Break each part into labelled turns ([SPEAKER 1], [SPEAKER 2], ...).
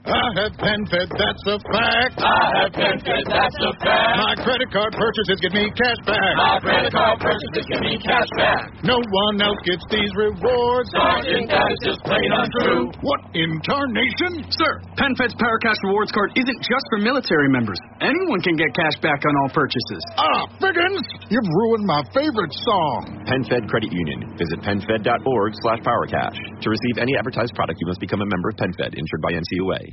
[SPEAKER 1] I have PenFed, that's a fact.
[SPEAKER 2] I have PenFed, that's a fact.
[SPEAKER 1] My credit card purchases give me cash back.
[SPEAKER 2] My credit card purchases give me cash back.
[SPEAKER 1] No one else gets these rewards.
[SPEAKER 2] Sergeant, that is just plain untrue.
[SPEAKER 1] What in tarnation?
[SPEAKER 3] Sir, PenFed's PowerCash Rewards Card isn't just for military members. Anyone can get cash back on all purchases.
[SPEAKER 1] Ah, Figgins, you've ruined my favorite song.
[SPEAKER 4] PenFed Credit Union. Visit PenFed.org slash PowerCash. To receive any advertised product, you must become a member of PenFed, insured by NCUA.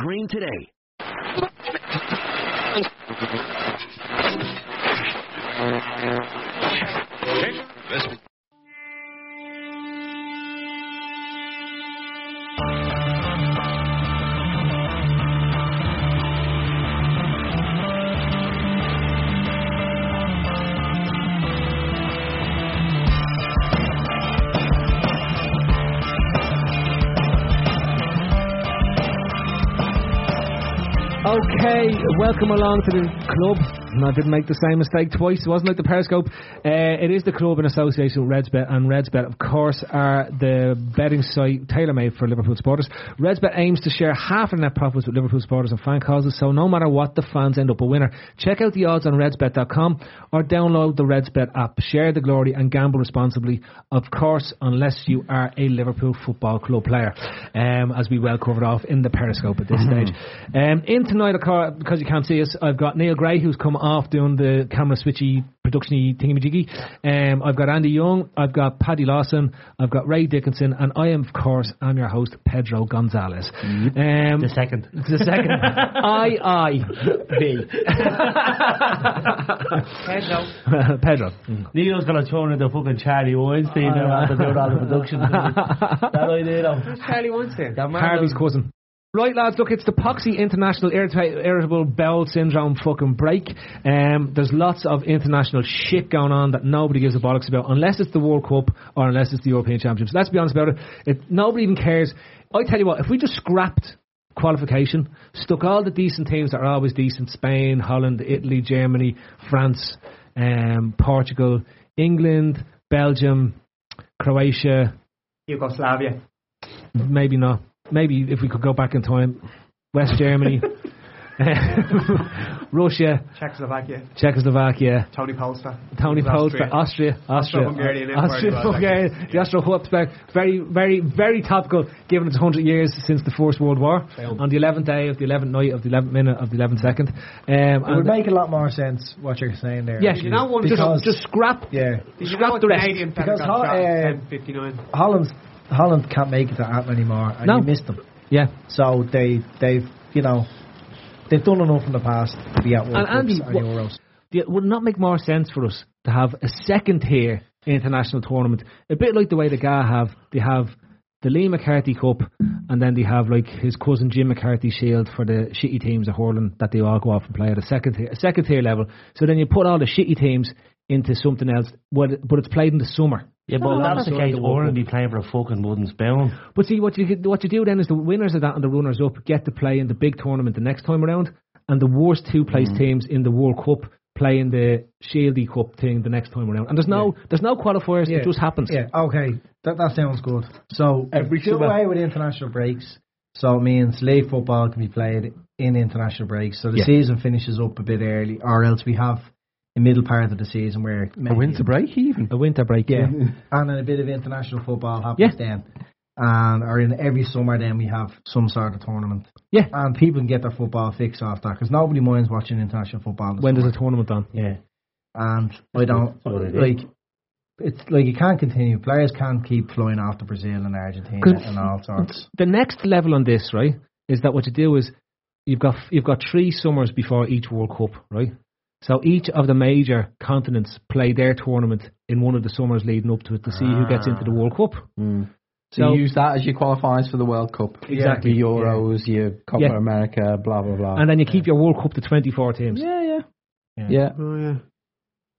[SPEAKER 5] green today.
[SPEAKER 6] Okay, welcome along to the club. And I didn't make the same mistake twice. It wasn't like the Periscope. Uh, it is the club in association with Redsbet, and Redsbet, of course, are the betting site tailor-made for Liverpool supporters. Redsbet aims to share half of net profits with Liverpool supporters and fan causes, so no matter what, the fans end up a winner. Check out the odds on redsbet.com or download the Redsbet app. Share the glory and gamble responsibly, of course, unless you are a Liverpool Football Club player, um, as we well covered off in the Periscope at this
[SPEAKER 7] Mm-hmm.
[SPEAKER 6] stage. Um, in tonight, of course, because you can't see us, I've got Neil Gray, who's come off doing the camera switchy production thingamajiggy. Um, I've got Andy Young, I've got Paddy Lawson, I've got Ray Dickinson, and I am, of course, I'm your host, Pedro Gonzalez. Um,
[SPEAKER 7] The second.
[SPEAKER 6] the second I I B Pedro.
[SPEAKER 7] Neil's gonna turn into fucking Charlie Weinstein now
[SPEAKER 8] Uh,
[SPEAKER 7] after doing all the production. that idea though.
[SPEAKER 9] Charlie Weinstein.
[SPEAKER 7] That man
[SPEAKER 6] Harvey's
[SPEAKER 7] does-
[SPEAKER 6] cousin. Right, lads, look, it's the Poxy International Irrita- Irritable Bowel Syndrome fucking break. Um, there's lots of international shit going on that nobody gives a bollocks about, unless it's the World Cup or unless it's the European Championships. Let's be honest about it. it nobody even cares. I tell you what, if we just scrapped qualification, stuck all the decent teams that are always decent Spain, Holland, Italy, Germany, France, um, Portugal, England, Belgium, Croatia,
[SPEAKER 9] Yugoslavia.
[SPEAKER 6] Maybe not. Maybe if we could go back in time, West Germany, Russia,
[SPEAKER 9] Czechoslovakia.
[SPEAKER 6] Czechoslovakia,
[SPEAKER 9] Tony Polster.
[SPEAKER 6] Tony
[SPEAKER 9] Austria.
[SPEAKER 6] Polster, Austria, Austria,
[SPEAKER 9] Austro-Hungarian Empire
[SPEAKER 6] Austria,
[SPEAKER 9] as well,
[SPEAKER 6] Hungarian, the Austro-Habsburg. Very, very, very topical, given it's 100 years since the First World War. On the 11th day of the 11th night of the 11th minute of the 11th second. Um,
[SPEAKER 10] It would
[SPEAKER 6] and-
[SPEAKER 10] make a lot more sense what you're saying there.
[SPEAKER 6] yes,
[SPEAKER 9] You know one-
[SPEAKER 10] Because-
[SPEAKER 6] just, just scrap,
[SPEAKER 10] Yeah,
[SPEAKER 9] Did you
[SPEAKER 6] scrap
[SPEAKER 9] know
[SPEAKER 6] the rest.
[SPEAKER 9] Canadian
[SPEAKER 10] Because
[SPEAKER 9] Pentagon
[SPEAKER 10] how-
[SPEAKER 9] shot at
[SPEAKER 10] uh,
[SPEAKER 9] 10:59?
[SPEAKER 10] Holland's Holland can't make it to happen anymore, and
[SPEAKER 6] No.
[SPEAKER 10] you missed them.
[SPEAKER 6] Yeah.
[SPEAKER 10] So they they've you know they've done enough in the past to be at World
[SPEAKER 6] And
[SPEAKER 10] Cups
[SPEAKER 6] Andy,
[SPEAKER 10] and
[SPEAKER 6] what-
[SPEAKER 10] Euros.
[SPEAKER 6] it would not make more sense for us to have a second tier international tournament, a bit like the way the guy have they have the Lee McCarthy Cup, and then they have like his cousin Jim McCarthy Shield for the shitty teams of hurling that they all go off and play at a second tier, a second tier level. So then you put all the shitty teams into something else, but but it's played in the summer.
[SPEAKER 7] Yeah, but
[SPEAKER 6] No,
[SPEAKER 7] if that was
[SPEAKER 6] that's
[SPEAKER 7] the
[SPEAKER 6] right,
[SPEAKER 7] case,
[SPEAKER 6] the
[SPEAKER 7] Oren
[SPEAKER 6] World
[SPEAKER 7] would be playing for a fucking wooden spoon.
[SPEAKER 6] But see, what you get- what you do then is the winners of that and the runners up get to play in the big tournament the next time around, and the worst two place
[SPEAKER 10] Mm-hmm.
[SPEAKER 6] teams in the World Cup play in the Shieldy Cup thing the next time around. And there's no there's no qualifiers.
[SPEAKER 10] Yeah.
[SPEAKER 6] It just happens.
[SPEAKER 10] Yeah, okay, that that sounds good. So
[SPEAKER 6] Every
[SPEAKER 10] do
[SPEAKER 6] summer.
[SPEAKER 10] away with international breaks. So it means league football can be played in international breaks. So the
[SPEAKER 6] Yeah.
[SPEAKER 10] season finishes up a bit early, or else we have a middle part of the season where maybe
[SPEAKER 6] break even. A winter break. Yeah.
[SPEAKER 10] and then a bit of international football happens
[SPEAKER 6] Yeah.
[SPEAKER 10] then. And or in every summer, then we have some sort of tournament.
[SPEAKER 6] Yeah.
[SPEAKER 10] and people can get their football fix off that because nobody minds watching international football. in the
[SPEAKER 6] When
[SPEAKER 10] summer.
[SPEAKER 6] there's a tournament on.
[SPEAKER 10] yeah, and I don't
[SPEAKER 7] That's what it is.
[SPEAKER 10] like. It's like you can't continue. Players can't keep flying off to Brazil and Argentina
[SPEAKER 6] Good.
[SPEAKER 10] and all sorts.
[SPEAKER 6] The next level on this, right, is that what you do is you've got you've got three summers before each World Cup, right? So each of the major continents play their tournament in one of the summers leading up to it to see who gets into the World Cup.
[SPEAKER 11] Ah. Mm. So,
[SPEAKER 6] So-
[SPEAKER 11] you use that as your qualifiers for the World Cup.
[SPEAKER 6] Exactly,
[SPEAKER 11] Your Euros, your Copa
[SPEAKER 6] Yeah.
[SPEAKER 11] America, blah blah blah.
[SPEAKER 6] And then you keep your World Cup to 24 teams.
[SPEAKER 11] yeah, yeah,
[SPEAKER 6] Yeah.
[SPEAKER 11] yeah,
[SPEAKER 10] Oh, yeah.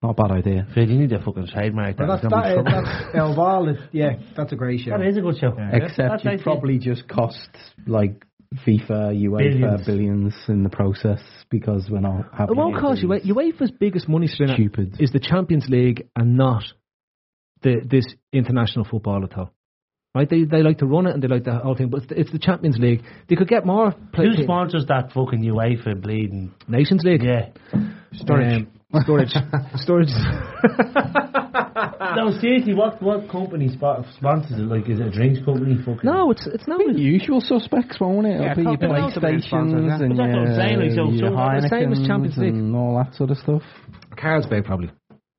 [SPEAKER 11] Not a bad idea.
[SPEAKER 7] Fred, you need a fucking trademark.
[SPEAKER 10] Well, that's,
[SPEAKER 7] that. You're
[SPEAKER 10] that, is-
[SPEAKER 7] gonna be in
[SPEAKER 10] that's El Val is- yeah, that's a great show.
[SPEAKER 7] trouble. that is a good show.
[SPEAKER 11] Except
[SPEAKER 7] That's
[SPEAKER 11] you
[SPEAKER 7] nice,
[SPEAKER 11] probably just cost like FIFA,
[SPEAKER 7] Billions.
[SPEAKER 11] UEFA billions. in the process because we're not having.
[SPEAKER 6] It won't
[SPEAKER 11] any
[SPEAKER 6] cost you.
[SPEAKER 11] billions.
[SPEAKER 6] UEFA's biggest money spinner
[SPEAKER 11] Stupid.
[SPEAKER 6] is the Champions League and not the this international football at all. Right? They they like to run it and they like the whole thing, but it's the, it's the Champions League. They could get more play-
[SPEAKER 7] Who sponsors that fucking UEFA bleeding?
[SPEAKER 6] Nations League.
[SPEAKER 7] Yeah.
[SPEAKER 9] Um,
[SPEAKER 6] Storage. storage. storage.
[SPEAKER 7] No, seriously, what what company spo- sponsors it? Like, is it a drinks company? Fucking
[SPEAKER 6] no, it's it's not.
[SPEAKER 11] The usual suspects, won't it?
[SPEAKER 9] Yeah,
[SPEAKER 11] It'll be your
[SPEAKER 9] Coke and Coke will be sponsored, yeah.
[SPEAKER 11] PlayStations and
[SPEAKER 7] But that's what I'm saying, like,
[SPEAKER 11] your,
[SPEAKER 7] so-
[SPEAKER 11] your
[SPEAKER 7] so it's
[SPEAKER 6] the same as
[SPEAKER 11] Heinekens
[SPEAKER 6] Champions League.
[SPEAKER 11] and all that sort of stuff.
[SPEAKER 6] Carlsberg probably.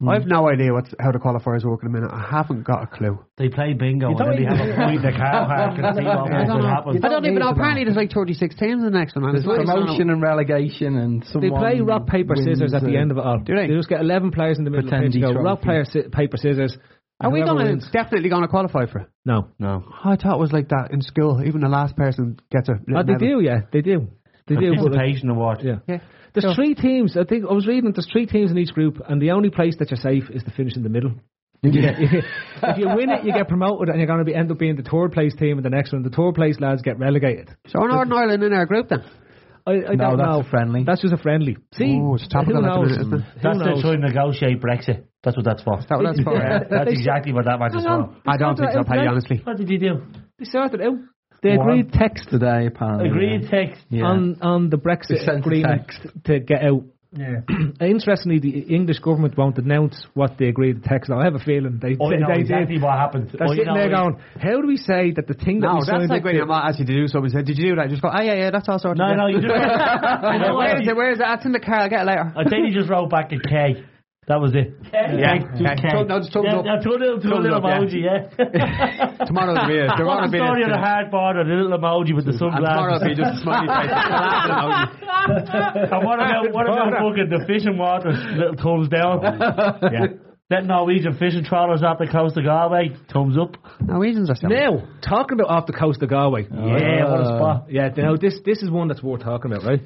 [SPEAKER 9] I have no idea what's, how the qualifiers work in a minute. I haven't got a clue.
[SPEAKER 7] They play bingo and
[SPEAKER 10] don't
[SPEAKER 7] then they
[SPEAKER 10] even-
[SPEAKER 7] have a point in the car park and see what
[SPEAKER 10] I don't
[SPEAKER 7] will
[SPEAKER 10] know.
[SPEAKER 7] happen.
[SPEAKER 10] You
[SPEAKER 8] I don't
[SPEAKER 10] need
[SPEAKER 8] even know.
[SPEAKER 10] to know.
[SPEAKER 8] Apparently, there's like 36 teams in the next one. man.
[SPEAKER 11] There's
[SPEAKER 8] It's not- it's not-
[SPEAKER 11] promotion and relegation and
[SPEAKER 6] They
[SPEAKER 11] someone
[SPEAKER 6] play rock paper scissors at the end of it all.
[SPEAKER 11] Do they?
[SPEAKER 6] They just get eleven players in the middle
[SPEAKER 11] Pretend
[SPEAKER 6] of the pitch.
[SPEAKER 11] each
[SPEAKER 6] Go rock
[SPEAKER 11] trophy.
[SPEAKER 6] paper, si- paper scissors.
[SPEAKER 8] Are we
[SPEAKER 6] going
[SPEAKER 8] going to definitely going to qualify for it?
[SPEAKER 6] No,
[SPEAKER 7] No.
[SPEAKER 9] Oh, I thought it was like that in school. Even the last person gets a.
[SPEAKER 6] Oh,
[SPEAKER 9] little
[SPEAKER 6] they
[SPEAKER 9] medal.
[SPEAKER 6] do, yeah, they do, they do. but, like,
[SPEAKER 7] Participation award.
[SPEAKER 6] yeah.
[SPEAKER 8] Yeah.
[SPEAKER 6] There's three teams. I think I was reading. There's three teams in each group, and the only place that you're safe is to finish in the middle. if you win it, you get promoted, and you're going to be end up being the third place team in the next one. The third place lads get relegated.
[SPEAKER 8] So we're Northern Ireland in our group then.
[SPEAKER 6] I, I
[SPEAKER 11] No,
[SPEAKER 6] don't
[SPEAKER 11] that's
[SPEAKER 6] know.
[SPEAKER 11] a friendly.
[SPEAKER 6] That's just a friendly. See,
[SPEAKER 9] Oh, it's topical
[SPEAKER 6] who
[SPEAKER 9] at the
[SPEAKER 6] knows?
[SPEAKER 9] minute, isn't it?
[SPEAKER 6] Who
[SPEAKER 7] That's to
[SPEAKER 6] knows?
[SPEAKER 7] try and negotiate Brexit. That's what that's for.
[SPEAKER 8] That what that's for.
[SPEAKER 7] Yeah,
[SPEAKER 8] yeah.
[SPEAKER 7] that's
[SPEAKER 6] They-
[SPEAKER 7] exactly what that match is
[SPEAKER 6] Hang on.
[SPEAKER 7] for.
[SPEAKER 9] I don't think so,
[SPEAKER 6] Sorted out
[SPEAKER 9] Paddy,
[SPEAKER 6] tonight.
[SPEAKER 9] honestly.
[SPEAKER 7] What did you do?
[SPEAKER 6] They sorted it out. They
[SPEAKER 7] One.
[SPEAKER 6] agreed text
[SPEAKER 11] today, apparently.
[SPEAKER 7] Agreed text.
[SPEAKER 11] Yeah.
[SPEAKER 6] on on the
[SPEAKER 11] They
[SPEAKER 6] Brexit
[SPEAKER 11] sent a
[SPEAKER 6] agreement to get out.
[SPEAKER 10] Yeah.
[SPEAKER 6] Interestingly, the English government won't announce what they agreed to text. law. Oh, I Oh, have a feeling they
[SPEAKER 7] I
[SPEAKER 6] they,
[SPEAKER 7] know
[SPEAKER 6] they
[SPEAKER 7] exactly
[SPEAKER 6] did.
[SPEAKER 7] what happened.
[SPEAKER 6] They're
[SPEAKER 7] I
[SPEAKER 6] sitting
[SPEAKER 7] know
[SPEAKER 6] there
[SPEAKER 7] it.
[SPEAKER 6] going, "How do we say that the thing that
[SPEAKER 9] No,
[SPEAKER 6] we
[SPEAKER 9] that's
[SPEAKER 6] signed
[SPEAKER 9] like
[SPEAKER 6] up
[SPEAKER 9] when
[SPEAKER 6] to-
[SPEAKER 9] your mom asked you to do something. Said, "Did you do that?" You just go, "Ah, yeah, yeah, that's all sorted."
[SPEAKER 7] No,
[SPEAKER 9] yeah."
[SPEAKER 7] no, you just. I know
[SPEAKER 8] Where
[SPEAKER 7] what
[SPEAKER 8] is
[SPEAKER 7] you-
[SPEAKER 8] it? Where is it? That's in the car. I'll get it later.
[SPEAKER 7] I think he just wrote back a K. That was it.
[SPEAKER 9] Yeah.
[SPEAKER 7] Just K.
[SPEAKER 9] Thumb- no, just thumbs
[SPEAKER 7] yeah,
[SPEAKER 9] up.
[SPEAKER 7] yeah, two little, two
[SPEAKER 9] Thumbs
[SPEAKER 7] little
[SPEAKER 9] up, yeah.
[SPEAKER 7] emoji, yeah.
[SPEAKER 9] Tomorrow will be a, there won't
[SPEAKER 7] What's
[SPEAKER 9] be
[SPEAKER 7] the
[SPEAKER 9] a-
[SPEAKER 7] story of the hard part or the little emoji with the
[SPEAKER 9] and tomorrow will be
[SPEAKER 7] sunglasses?
[SPEAKER 9] just a smiley face.
[SPEAKER 7] And what about what about fucking the fishing waters? Little thumbs down. yeah. That Norwegian fishing trawlers off the coast of Galway. Thumbs up.
[SPEAKER 8] Norwegians are still.
[SPEAKER 6] Now, talking about off the coast of Galway.
[SPEAKER 7] Yeah, what a spot.
[SPEAKER 6] Yeah, now this this is one that's worth talking about, right?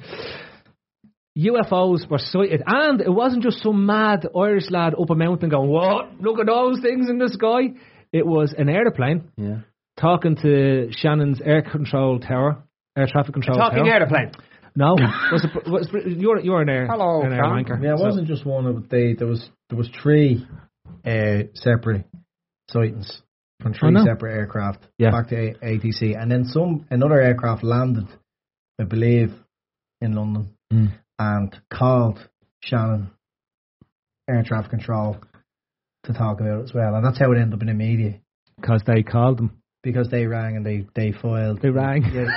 [SPEAKER 6] UFOs were sighted, and it wasn't just some mad Irish lad up a mountain going, "What? Look at those things in the sky!" It was an aeroplane
[SPEAKER 11] Yeah.
[SPEAKER 6] talking to Shannon's air control tower, air traffic control
[SPEAKER 9] Talking
[SPEAKER 6] tower.
[SPEAKER 9] airplane.
[SPEAKER 6] no, was it, was it- you're you're an air
[SPEAKER 8] Hello,
[SPEAKER 6] an air
[SPEAKER 8] John.
[SPEAKER 6] anchor.
[SPEAKER 10] Yeah, it
[SPEAKER 6] So-
[SPEAKER 10] wasn't just one. Of they there was there was three uh, separate sightings from three
[SPEAKER 6] Oh, no.
[SPEAKER 10] separate aircraft
[SPEAKER 6] Yeah.
[SPEAKER 10] back to A- ATC, and then some another aircraft landed, I believe, in London
[SPEAKER 6] Hmm.
[SPEAKER 10] and called Shannon Air Traffic Control to talk about it as well, and that's how it ended up in the media
[SPEAKER 6] because they called them.
[SPEAKER 10] because they rang and they they filed.
[SPEAKER 6] They rang.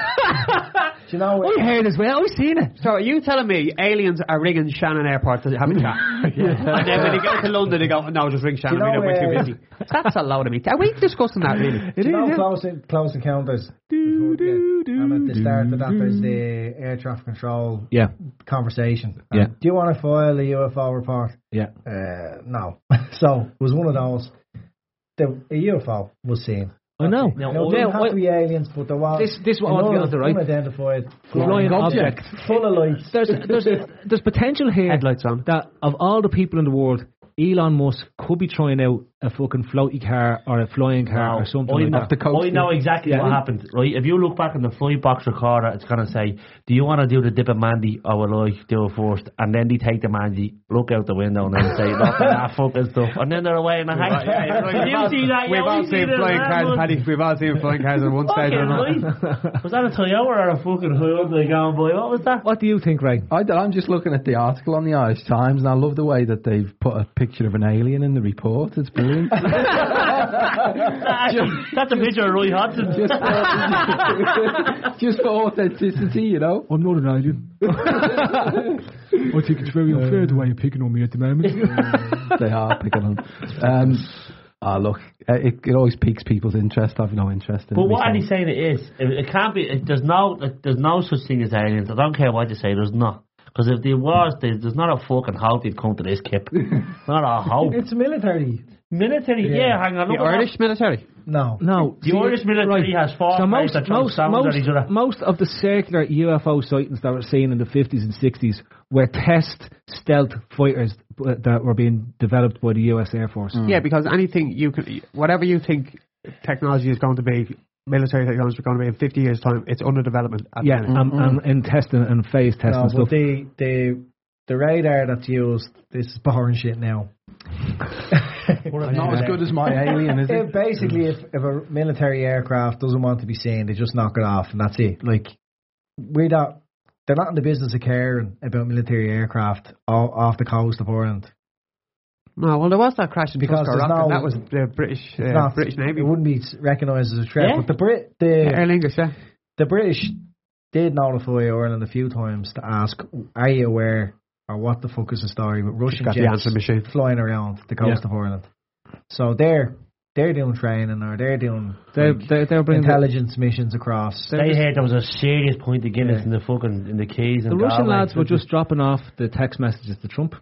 [SPEAKER 6] Oh,
[SPEAKER 10] Yeah. Do you know? what?
[SPEAKER 6] I heard as well. I seen it.
[SPEAKER 8] So are you telling me aliens are rigging Shannon Airport to have a chat? And then when they go to London, they go, "No, just ring Shannon.
[SPEAKER 10] You know,
[SPEAKER 8] we don't, we're
[SPEAKER 10] uh,
[SPEAKER 8] too busy." That's a load of me. Are we discussing that really?
[SPEAKER 10] It is, know, close, close encounters. Do, do, do, and at the start of that, there's the air traffic control
[SPEAKER 6] Mm-hmm. Yeah,
[SPEAKER 10] conversation. Um,
[SPEAKER 6] Yeah.
[SPEAKER 10] Do you want to file a UFO report?
[SPEAKER 6] yeah.
[SPEAKER 10] Uh, no. so it was one of those. The, a UFO was seen.
[SPEAKER 6] I know.
[SPEAKER 10] Now, it didn't have
[SPEAKER 6] I-
[SPEAKER 10] to be aliens, but there was
[SPEAKER 6] This- this what I want to get onto, right?
[SPEAKER 10] unidentified
[SPEAKER 6] Flying object.
[SPEAKER 10] full of lights.
[SPEAKER 6] there's there's there's potential here
[SPEAKER 8] Headlights on.
[SPEAKER 6] that of all the people in the world, Elon Musk could be trying out a fucking floaty car or a flying car or something
[SPEAKER 7] I
[SPEAKER 6] like
[SPEAKER 7] know,
[SPEAKER 6] that.
[SPEAKER 7] I know exactly what happened. Right, if you look back in the flight box recorder, it's gonna say, "Do you want to do the dip of Mandy or will I do it first? And then they take the Mandy, look out the window, and then say, "Look at that fucking stuff," and then they're away in a hang. Did you see that?
[SPEAKER 9] We've
[SPEAKER 7] You
[SPEAKER 9] all
[SPEAKER 7] only see
[SPEAKER 9] seen
[SPEAKER 7] that
[SPEAKER 9] flying
[SPEAKER 7] that
[SPEAKER 9] cars,
[SPEAKER 7] one.
[SPEAKER 9] Paddy. We've all seen flying cars at one stage or
[SPEAKER 7] Fucking
[SPEAKER 9] another.
[SPEAKER 7] right. Was that a Toyota or a fucking Hyundai going boy? What was that?
[SPEAKER 6] What do you think, Ray?
[SPEAKER 11] I don't, I'm just looking at the article on the Irish Times, and I love the way that they've put a picture of an alien in the report. It's brilliant.
[SPEAKER 7] That's a picture of Roy Hodgson.
[SPEAKER 11] just, for, just for authenticity, you know.
[SPEAKER 6] I'm not an alien. I think it's very unfair the way you're picking on me at the moment.
[SPEAKER 11] They are picking on. Um, ah, look, uh, it, it always piques people's interest. I've no interest in.
[SPEAKER 7] But what
[SPEAKER 11] myself.
[SPEAKER 7] Andy's saying it is, it, it can't be. It, there's no, it, there's no such thing as aliens. I don't care what you say. There's not. Because if there was, there- there's not a fucking hope you'd come to this kip. not a hope.
[SPEAKER 10] It's military.
[SPEAKER 7] Military, yeah, hang on.
[SPEAKER 10] The
[SPEAKER 7] look at
[SPEAKER 10] Irish
[SPEAKER 7] that. military?
[SPEAKER 10] No.
[SPEAKER 6] No.
[SPEAKER 7] The Irish military has fought
[SPEAKER 6] So
[SPEAKER 7] wars
[SPEAKER 6] most,
[SPEAKER 7] that throw
[SPEAKER 6] most,
[SPEAKER 7] stones at each other.
[SPEAKER 6] most, most of the circular UFO sightings that were seen in the 50s and 60s were test stealth fighters uh, that were being developed by the US Air Force.
[SPEAKER 10] Mm.
[SPEAKER 8] Yeah, because anything you can, whatever you think technology is going to be, military technology is going to be in 50 years' time, it's under development. At
[SPEAKER 6] Yeah,
[SPEAKER 8] the
[SPEAKER 6] and, and, and testing and phase testing
[SPEAKER 10] No,
[SPEAKER 6] and
[SPEAKER 10] but
[SPEAKER 6] stuff.
[SPEAKER 10] the, the, the radar that's used, this is boring shit now.
[SPEAKER 11] Not as good as my alien, is it?
[SPEAKER 10] Basically, if, if a military aircraft doesn't want to be seen, they just knock it off and that's it. Like, we don't, they're not in the business of caring about military aircraft all, off the coast of Ireland.
[SPEAKER 8] No, well, there was that crash in Tuskar
[SPEAKER 10] Because there's
[SPEAKER 8] Rock, and
[SPEAKER 10] no-
[SPEAKER 8] that was the British uh,
[SPEAKER 10] It's not-
[SPEAKER 8] British Navy.
[SPEAKER 10] It wouldn't be recognised as a threat.
[SPEAKER 8] Yeah.
[SPEAKER 10] But the Brit, the
[SPEAKER 8] Aer Lingus, yeah.
[SPEAKER 10] the British did notify Ireland a few times to ask, "Are you aware or what the fuck is the story with Russian
[SPEAKER 8] got the
[SPEAKER 10] jets
[SPEAKER 8] answer machine.
[SPEAKER 10] flying around the coast
[SPEAKER 6] Yeah.
[SPEAKER 10] of Ireland?" So they're they're doing training or they're doing
[SPEAKER 6] They're,
[SPEAKER 10] like,
[SPEAKER 6] they're, they're bringing the,
[SPEAKER 10] intelligence missions across.
[SPEAKER 7] They heard there was a serious point of Guinness in the fucking in the keys.
[SPEAKER 6] the
[SPEAKER 7] and
[SPEAKER 6] Russian
[SPEAKER 7] Galway.
[SPEAKER 6] lads were just dropping off the text messages to Trump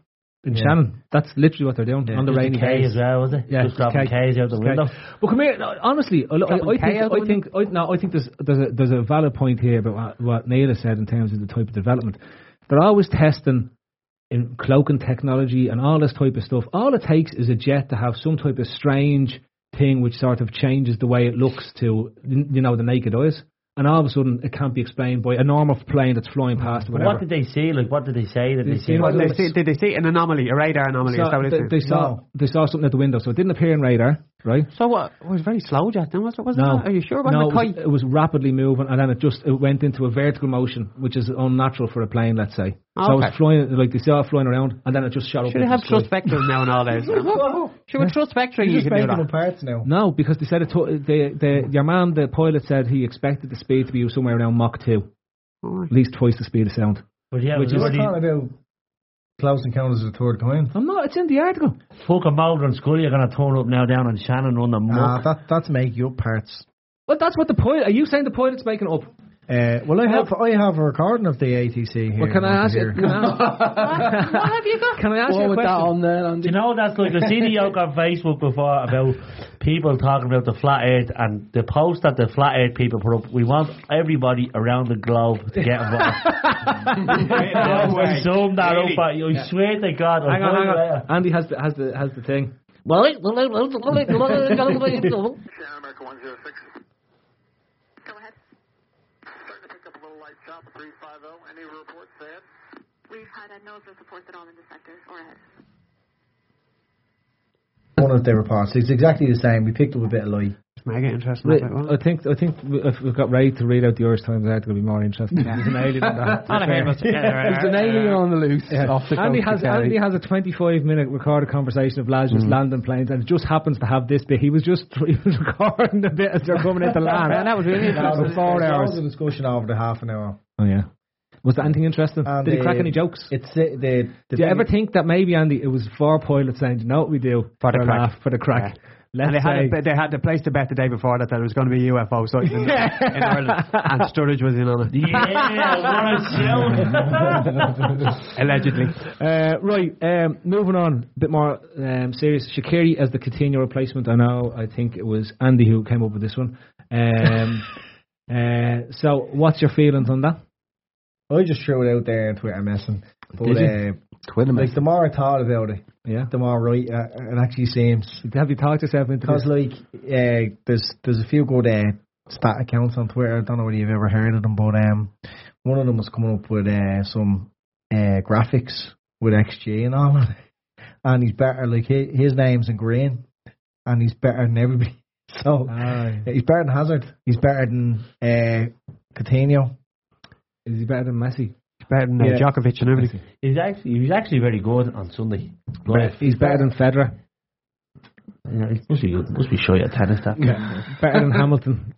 [SPEAKER 6] in
[SPEAKER 7] Yeah.
[SPEAKER 6] Shannon. That's literally what they're doing on the
[SPEAKER 7] Just
[SPEAKER 6] rainy
[SPEAKER 7] the K
[SPEAKER 6] days.
[SPEAKER 7] as well, was it?
[SPEAKER 6] Yeah,
[SPEAKER 7] just dropping
[SPEAKER 6] K.
[SPEAKER 7] K's out the
[SPEAKER 6] Just K.
[SPEAKER 7] window.
[SPEAKER 6] Well, come here. no, Honestly, I, I,
[SPEAKER 7] Dropping
[SPEAKER 6] I
[SPEAKER 7] K out the
[SPEAKER 6] think, I think, I, no, I think there's there's a, there's a valid point here about what, what Neil has said in terms of the type of development. They're always testing in cloaking technology and all this type of stuff. All it takes is a jet to have some type of strange thing which sort of changes the way it looks to you know the naked eyes, and all of a sudden it can't be explained by a normal plane that's flying past.
[SPEAKER 7] But
[SPEAKER 6] Or whatever.
[SPEAKER 7] What did they see? Like, what did they say that they
[SPEAKER 6] They-
[SPEAKER 7] see?
[SPEAKER 6] they-
[SPEAKER 8] What did, they see, did they see an anomaly, a radar anomaly?
[SPEAKER 6] So
[SPEAKER 8] is that what it
[SPEAKER 6] they,
[SPEAKER 8] is?
[SPEAKER 6] they saw they saw something at the window, so it didn't appear in radar, right?
[SPEAKER 8] So what? It was very slow, Jack. Then was it? Wasn't
[SPEAKER 6] No.
[SPEAKER 8] it? Are you sure?
[SPEAKER 6] no,
[SPEAKER 8] Wasn't
[SPEAKER 6] it was,
[SPEAKER 8] it
[SPEAKER 6] it was rapidly moving, and then it just it went into a vertical motion, which is unnatural for a plane, let's say. So it was
[SPEAKER 8] Okay.
[SPEAKER 6] flying like they saw it flying around, and then it just shot up.
[SPEAKER 8] Should
[SPEAKER 6] into
[SPEAKER 8] have
[SPEAKER 6] the sky.
[SPEAKER 8] trust vectors now and all that? Should we trust vectoring?
[SPEAKER 10] You're
[SPEAKER 8] You
[SPEAKER 10] just
[SPEAKER 8] can do that.
[SPEAKER 10] making them parts now.
[SPEAKER 6] No, because they said it. To, the, the your man, the pilot, said he expected the speed to be somewhere around Mach two, at least twice the speed of sound.
[SPEAKER 7] But yeah,
[SPEAKER 6] Which
[SPEAKER 7] it
[SPEAKER 6] is-
[SPEAKER 7] was
[SPEAKER 10] We're
[SPEAKER 7] already
[SPEAKER 10] talking about close encounters of the third kind.
[SPEAKER 6] I'm not. It's in the article.
[SPEAKER 7] fucking Mulder and Scully are gonna turn up now down on Shannon on the
[SPEAKER 10] Ah,
[SPEAKER 7] muck.
[SPEAKER 10] that that's make your parts.
[SPEAKER 6] Well, that's what the pilot. Are you saying the pilot's making up?
[SPEAKER 10] Uh, well, I have I have a recording of the ATC here.
[SPEAKER 6] Well, can I
[SPEAKER 10] over
[SPEAKER 6] ask you?
[SPEAKER 10] here.
[SPEAKER 6] Can I,
[SPEAKER 8] What have you got?
[SPEAKER 6] can I ask
[SPEAKER 11] What
[SPEAKER 6] you a
[SPEAKER 11] with that
[SPEAKER 6] question?
[SPEAKER 11] on there,
[SPEAKER 7] Do
[SPEAKER 11] Andy?
[SPEAKER 7] you know that's like I seen the joke on Facebook before about people talking about the flat Earth and the post that the flat Earth people put up. We want everybody around the globe to get involved.
[SPEAKER 8] No way.
[SPEAKER 7] Sum that
[SPEAKER 8] Really?
[SPEAKER 7] up. I I swear to God. I'll
[SPEAKER 6] Hang on,
[SPEAKER 7] find
[SPEAKER 6] hang
[SPEAKER 7] it
[SPEAKER 6] on.
[SPEAKER 7] out.
[SPEAKER 10] uh,
[SPEAKER 6] Andy has the has the has the thing.
[SPEAKER 7] Well, it- well, it- well, it- well, it- well, it- well, it- well, it-
[SPEAKER 1] America 106. Go ahead. Starting to pick up a little light chop, 350. Any reports there?
[SPEAKER 12] We've had uh, no observed reports at all in the sector or ahead.
[SPEAKER 10] One of the reports. It's exactly the same. We picked up a bit of light.
[SPEAKER 8] It's mega interesting.
[SPEAKER 6] Right,
[SPEAKER 8] isn't it? Well,
[SPEAKER 6] I think I think if we've got Ray to read out the Irish Times article, it'll be more interesting. There's an alien on that.
[SPEAKER 8] all I heard was, yeah, yeah,
[SPEAKER 11] There's an
[SPEAKER 8] yeah.
[SPEAKER 11] alien on the loose. Off the
[SPEAKER 6] Andy
[SPEAKER 11] coast of
[SPEAKER 6] has
[SPEAKER 11] Kerry.
[SPEAKER 6] Andy has a 25 minute recorded conversation of lads just landing planes, and it just happens to have this bit. He was just he was recording the bit as they're coming into land.
[SPEAKER 8] Man, that was really
[SPEAKER 10] That was
[SPEAKER 8] interesting.
[SPEAKER 10] four hours of discussion over the half an hour.
[SPEAKER 6] Oh yeah. Was there anything interesting?
[SPEAKER 10] And
[SPEAKER 6] Did he crack
[SPEAKER 10] the-
[SPEAKER 6] any jokes?
[SPEAKER 10] It's the, the, the
[SPEAKER 6] Do you
[SPEAKER 10] thing-
[SPEAKER 6] ever think that maybe Andy, it was four pilots saying, "You know what we do
[SPEAKER 8] For the
[SPEAKER 6] a
[SPEAKER 8] crack.
[SPEAKER 6] laugh, for the crack."
[SPEAKER 8] And they
[SPEAKER 6] Let's
[SPEAKER 8] had, a,
[SPEAKER 6] say
[SPEAKER 8] bet- they had the place to bet the day before that there was going to be UFO sightings in, in Ireland, and Sturridge was in on it
[SPEAKER 7] Yeah, what a show.
[SPEAKER 8] allegedly.
[SPEAKER 6] Uh, right, um, moving on, a bit more um, serious. Shakiri as the Coutinho replacement. I know, I think it was Andy who came up with this one. Um, uh, so, what's your feelings on that?
[SPEAKER 10] I just threw it out there on Twitter messing. But
[SPEAKER 6] Did
[SPEAKER 10] uh,
[SPEAKER 6] you?
[SPEAKER 11] Twitter
[SPEAKER 10] like the more I thought about it,
[SPEAKER 6] Yeah.
[SPEAKER 10] the more right uh, it actually seems.
[SPEAKER 6] Have you talked yourself into
[SPEAKER 10] Because
[SPEAKER 6] this?
[SPEAKER 10] like uh, there's there's a few good uh, stat accounts on Twitter. I don't know whether you've ever heard of them, but um, one of them was coming up with uh, some uh, graphics with XG and all, and he's better. Like his, his name's in green, and he's better than everybody. So
[SPEAKER 6] Aye.
[SPEAKER 10] he's better than Hazard. He's better than uh, Coutinho.
[SPEAKER 6] Is he better than Messi?
[SPEAKER 8] Better than uh,
[SPEAKER 10] Yeah.
[SPEAKER 8] Djokovic and everything.
[SPEAKER 7] He's actually he was actually very good on Sunday.
[SPEAKER 6] He's, better than Federer.
[SPEAKER 7] Yeah, he must be good. Must be shy at tennis. That
[SPEAKER 6] Better than Hamilton.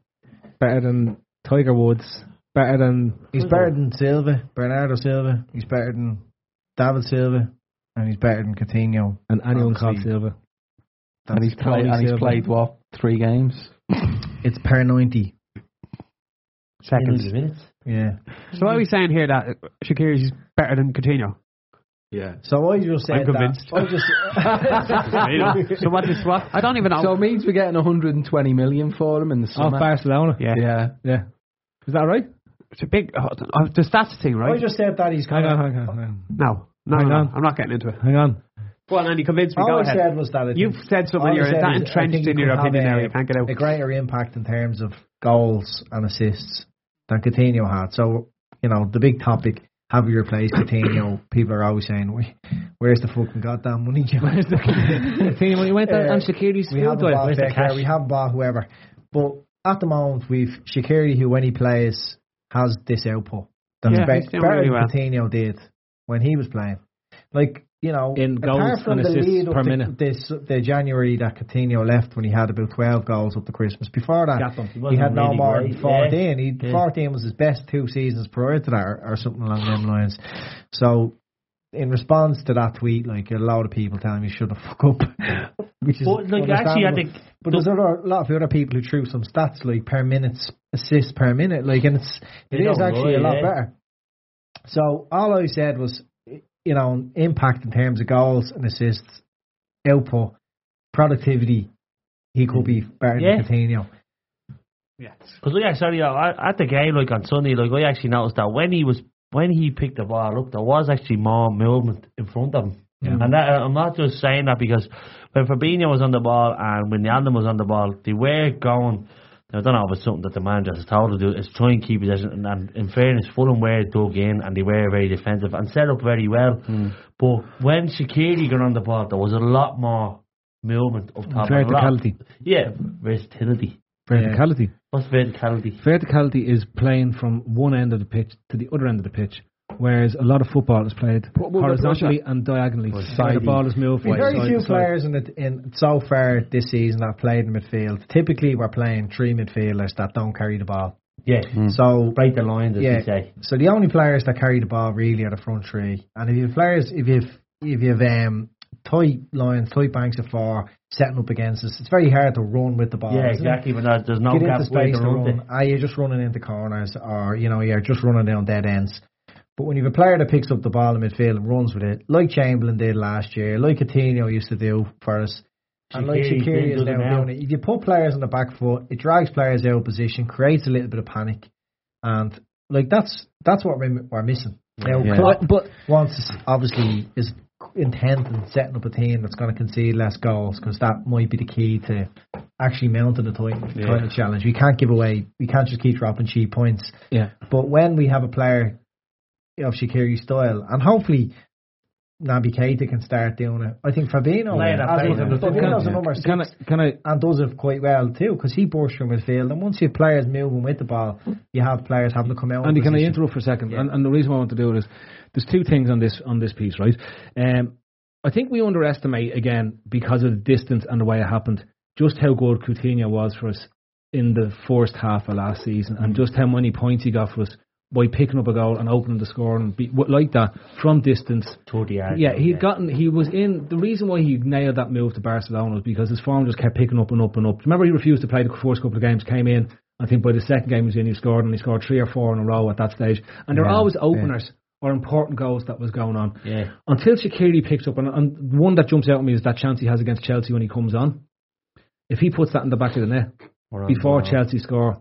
[SPEAKER 6] Better than Tiger Woods. Better than
[SPEAKER 10] He's better than Silva, Bernardo Silva. He's better than David Silva, and he's better than Coutinho.
[SPEAKER 6] and anyone called
[SPEAKER 10] Obviously.
[SPEAKER 6] Silva.
[SPEAKER 11] and he's played.
[SPEAKER 6] Tony
[SPEAKER 11] And he's
[SPEAKER 6] Silva.
[SPEAKER 11] played what? Three games.
[SPEAKER 10] It's per ninety.
[SPEAKER 7] seconds minutes.
[SPEAKER 10] Yeah.
[SPEAKER 8] So are we saying here that Shakir is better than Coutinho?
[SPEAKER 11] Yeah.
[SPEAKER 10] So I just said
[SPEAKER 8] I'm convinced.
[SPEAKER 10] that. I just.
[SPEAKER 8] so what is what? I don't even know.
[SPEAKER 11] So it means we're getting 120 million for him in the summer.
[SPEAKER 6] Barcelona.
[SPEAKER 8] Yeah.
[SPEAKER 11] Yeah.
[SPEAKER 6] Yeah. Is that right?
[SPEAKER 8] It's a big. Oh, oh, the stats thing, right?
[SPEAKER 10] I just said that he's kind
[SPEAKER 6] Hang
[SPEAKER 10] of.
[SPEAKER 6] on, hang on, hang on.
[SPEAKER 8] No. No,
[SPEAKER 6] Hang
[SPEAKER 8] no,
[SPEAKER 6] on.
[SPEAKER 8] I'm not getting into it.
[SPEAKER 6] Hang on.
[SPEAKER 8] Go on, Andy, convince me.
[SPEAKER 10] All
[SPEAKER 8] Go
[SPEAKER 10] I
[SPEAKER 8] ahead.
[SPEAKER 10] said was that I think-
[SPEAKER 8] You've said
[SPEAKER 10] all
[SPEAKER 8] something.
[SPEAKER 10] I
[SPEAKER 8] You're
[SPEAKER 10] said
[SPEAKER 8] that
[SPEAKER 10] is I
[SPEAKER 8] entrenched
[SPEAKER 10] think
[SPEAKER 8] in
[SPEAKER 10] he
[SPEAKER 8] your
[SPEAKER 10] could have
[SPEAKER 8] opinion now.
[SPEAKER 10] a-
[SPEAKER 8] You can't get out.
[SPEAKER 10] A greater impact in terms of goals and assists than Coutinho had. So you know the big topic: have we replaced Coutinho? People are always saying, "We- "Where's the fucking goddamn money?" Where's the
[SPEAKER 6] Coutinho money? Went down on Shaqiri's
[SPEAKER 10] We
[SPEAKER 6] food
[SPEAKER 10] haven't
[SPEAKER 6] diet.
[SPEAKER 10] bought
[SPEAKER 6] Where's the
[SPEAKER 10] Becca,
[SPEAKER 6] cash?
[SPEAKER 10] We haven't bought whoever. But at the moment, we've Shaqiri, who when he plays has this output. That's
[SPEAKER 8] Yeah,
[SPEAKER 10] be-
[SPEAKER 8] he's doing
[SPEAKER 10] better
[SPEAKER 8] really
[SPEAKER 10] than
[SPEAKER 8] well.
[SPEAKER 10] Coutinho did when he was playing. Like you know,
[SPEAKER 6] In goals
[SPEAKER 10] apart from
[SPEAKER 6] and
[SPEAKER 10] the
[SPEAKER 6] assists
[SPEAKER 10] lead up
[SPEAKER 6] per
[SPEAKER 10] to
[SPEAKER 6] minute.
[SPEAKER 10] this the January that Coutinho left when he had about twelve goals up to Christmas. Before that,
[SPEAKER 7] Got them. He
[SPEAKER 10] he,
[SPEAKER 7] wasn't
[SPEAKER 10] had no
[SPEAKER 7] really
[SPEAKER 10] more
[SPEAKER 7] great.
[SPEAKER 10] than fourteen. He,
[SPEAKER 7] Yeah.
[SPEAKER 10] Fourteen was his best two seasons prior to that, or, or something along them lines. So. In response to that tweet, like a lot of people telling me, "Shut the fuck up," which is
[SPEAKER 7] But, like, actually, I
[SPEAKER 10] understandable.
[SPEAKER 7] think
[SPEAKER 10] But there's other, a lot of other people who threw some stats like per minute assists per minute, like, and it's it
[SPEAKER 7] They
[SPEAKER 10] is
[SPEAKER 7] don't
[SPEAKER 10] actually a
[SPEAKER 7] lie,
[SPEAKER 10] lot
[SPEAKER 7] eh?
[SPEAKER 10] better. So all I said was, you know, impact in terms of goals and assists, output, productivity. He could be better
[SPEAKER 7] Yeah.
[SPEAKER 10] than Coutinho.
[SPEAKER 7] Because like, sorry, I- at the game like on Sunday, like I actually noticed that when he was when he picked the ball up, there was actually more movement in front of him. And that, uh, I'm not just saying that because when Fabinho was on the ball and when Nealdon was on the ball, they were going. I don't know if it's something that the manager has told to do. It's try and keep possession. And, and in fairness, Fulham were dug in and they were very defensive and set up very well. But when Shaqiri got on the ball, there was a lot more movement up top. and a lot-
[SPEAKER 6] Verticality.
[SPEAKER 7] Yeah, versatility.
[SPEAKER 6] Verticality.
[SPEAKER 7] What's verticality?
[SPEAKER 6] Verticality is playing from one end of the pitch to the other end of the pitch, whereas a lot of football is played
[SPEAKER 8] the
[SPEAKER 6] horizontally and diagonally. So the ball is moved
[SPEAKER 10] We've
[SPEAKER 6] from
[SPEAKER 10] very
[SPEAKER 6] side
[SPEAKER 10] few
[SPEAKER 6] to side.
[SPEAKER 10] players in, the, in so far this season that played in midfield. Typically, we're playing three midfielders that don't carry the ball.
[SPEAKER 7] Yeah,
[SPEAKER 10] So
[SPEAKER 7] break the lines, as
[SPEAKER 10] Yeah.
[SPEAKER 7] you say.
[SPEAKER 10] So the only players that carry the ball really are the front three. And if you have players, if you've if you've um, tight lines, tight banks of four setting up against us, it's very hard to run with the ball.
[SPEAKER 7] yeah,
[SPEAKER 10] isn't it?
[SPEAKER 7] exactly. But there's- there's no
[SPEAKER 10] Get
[SPEAKER 7] gap
[SPEAKER 10] into
[SPEAKER 7] where
[SPEAKER 10] space
[SPEAKER 7] to
[SPEAKER 10] to
[SPEAKER 7] run.
[SPEAKER 10] run. Are you just running into corners, or you know, you're just running down dead ends? But when you have a player that picks up the ball in midfield and runs with it, like Chamberlain did last year, like Coutinho used to do for us, and like
[SPEAKER 7] Shaqiri
[SPEAKER 10] Shaqiri is
[SPEAKER 7] does it
[SPEAKER 10] now
[SPEAKER 7] now.
[SPEAKER 10] doing it. If you put players on the back foot, it drags players out of position, creates a little bit of panic, and like that's that's what we're we're missing. Now,
[SPEAKER 11] Yeah.
[SPEAKER 10] Klopp
[SPEAKER 6] But
[SPEAKER 10] wants us- obviously is intent in setting up a team that's going to concede less goals because that might be the key to actually mounting the title, title challenge. We can't give away. We can't just keep dropping cheap points.
[SPEAKER 6] yeah,
[SPEAKER 10] But when we have a player of Shaqiri's style, and hopefully Naby Keita can start doing it. I think Fabinho,
[SPEAKER 7] Lay that
[SPEAKER 10] as
[SPEAKER 7] back
[SPEAKER 10] is-
[SPEAKER 7] on the
[SPEAKER 10] Fabinho's a
[SPEAKER 7] floor.
[SPEAKER 10] number six
[SPEAKER 6] can I? Can I?
[SPEAKER 10] and does it quite well too because he bursts from midfield. And once you have players moving with the ball, you have players having to come out. of
[SPEAKER 6] Andy, can I
[SPEAKER 10] position.
[SPEAKER 6] interrupt for a second?
[SPEAKER 10] Yeah.
[SPEAKER 6] And, and the reason why I want to do it is there's two things on this on this piece, right? Um, I think we underestimate again because of the distance and the way it happened, just how good Coutinho was for us in the first half of last season, and just how many points he got for us by picking up a goal and opening the score and be, like that from distance.
[SPEAKER 7] Toward the
[SPEAKER 6] Yeah, he'd gotten. He was in. The reason why he nailed that move to Barcelona was because his form just kept picking up and up and up. Remember, he refused to play the first couple of games. Came in. I think by the second game he was in, he scored and he scored three or four in a row at that stage. And there were
[SPEAKER 10] Yeah,
[SPEAKER 6] always
[SPEAKER 10] yeah.
[SPEAKER 6] openers or important goals that was going on.
[SPEAKER 7] Yeah.
[SPEAKER 6] Until Shaqiri picks up, and, and one that jumps out at me is that chance he has against Chelsea when he comes on. If he puts that in the back of the net
[SPEAKER 7] We're on,
[SPEAKER 6] before
[SPEAKER 7] we're on.
[SPEAKER 6] Chelsea score,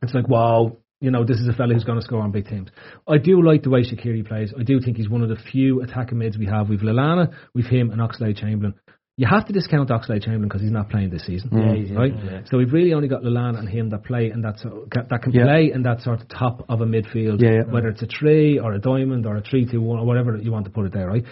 [SPEAKER 6] it's like wow, you know, this is a fella who's going to score on big teams. I do like the way Shaqiri plays. I do think he's one of the few attacking mids we have. We've Lallana, we've him, and Oxlade Chamberlain. You have to discount Oxlade Chamberlain because he's not playing this season,
[SPEAKER 7] Yeah, he's
[SPEAKER 6] right?
[SPEAKER 7] injured, yeah.
[SPEAKER 6] So we've really only got Lallana and him that play and that sort that can
[SPEAKER 11] Yeah.
[SPEAKER 6] play in that sort of top of a midfield,
[SPEAKER 11] Yeah, yeah.
[SPEAKER 6] whether it's a three or a diamond or a three-two-one or whatever you want to put it there, right?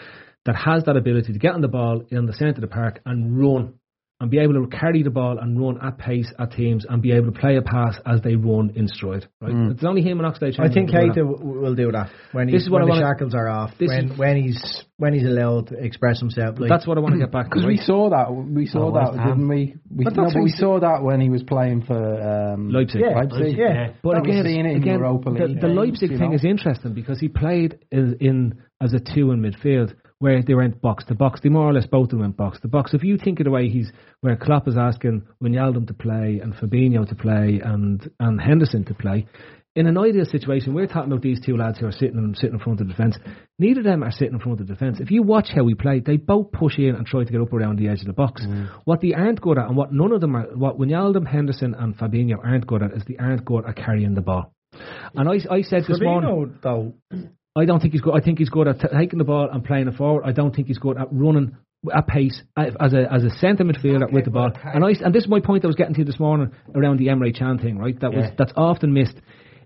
[SPEAKER 6] That has that ability to get on the ball in the centre of the park and run and be able to carry the ball and run at pace at teams and be able to play a pass as they run in stride. Right? It's only him and Oxlade.
[SPEAKER 10] I think
[SPEAKER 6] Chamberlain that can
[SPEAKER 10] Keita
[SPEAKER 6] do
[SPEAKER 10] w- w- will do that when,
[SPEAKER 6] This
[SPEAKER 10] he's,
[SPEAKER 6] is what
[SPEAKER 10] when
[SPEAKER 6] I
[SPEAKER 10] the
[SPEAKER 6] wanna-
[SPEAKER 10] shackles are off.
[SPEAKER 6] this
[SPEAKER 10] When
[SPEAKER 6] is-
[SPEAKER 10] when he's when he's allowed to express himself.
[SPEAKER 6] that.
[SPEAKER 10] Like,
[SPEAKER 6] That's what I want to get back to.
[SPEAKER 11] Because we
[SPEAKER 6] Right?
[SPEAKER 11] saw that, we saw
[SPEAKER 7] Oh, West
[SPEAKER 11] that,
[SPEAKER 7] Ham.
[SPEAKER 11] didn't we? we
[SPEAKER 10] But
[SPEAKER 11] no,
[SPEAKER 10] that's
[SPEAKER 11] but
[SPEAKER 10] who
[SPEAKER 11] we
[SPEAKER 10] s-
[SPEAKER 11] saw that when he was playing for um,
[SPEAKER 6] Leipzig.
[SPEAKER 10] yeah,
[SPEAKER 11] Leipzig.
[SPEAKER 10] yeah.
[SPEAKER 6] But
[SPEAKER 11] That was
[SPEAKER 6] again,
[SPEAKER 11] seen in
[SPEAKER 6] again,
[SPEAKER 11] Europa
[SPEAKER 6] the,
[SPEAKER 11] League
[SPEAKER 6] the
[SPEAKER 11] games,
[SPEAKER 6] Leipzig
[SPEAKER 11] you
[SPEAKER 6] thing
[SPEAKER 11] know.
[SPEAKER 6] is interesting because he played in, in as a two in midfield where they went box to box. They more or less both of them went box to box. If you think of the way he's where Klopp is asking Wijnaldum to play and Fabinho to play and and Henderson to play,
[SPEAKER 10] in an ideal situation, we're talking about these two lads who are sitting and sitting in front of the defence. Neither of them are sitting in front of the defence. If you watch how we play, they both push in and try to get up around the edge of the box.
[SPEAKER 11] Mm.
[SPEAKER 10] What they aren't good at, and what none of them are, what Wijnaldum, Henderson, and Fabinho aren't good at, is they aren't good at carrying the ball. And I, I said this morning,
[SPEAKER 13] though,
[SPEAKER 10] I don't think he's good. I think he's good at t- taking the ball and playing it forward. I don't think he's good at running at pace a- as a as a centre midfielder with the ball. And I s- and this is my point I was getting to this morning around the Emre Chan thing, right? That was
[SPEAKER 14] Yeah.
[SPEAKER 10] that's often missed.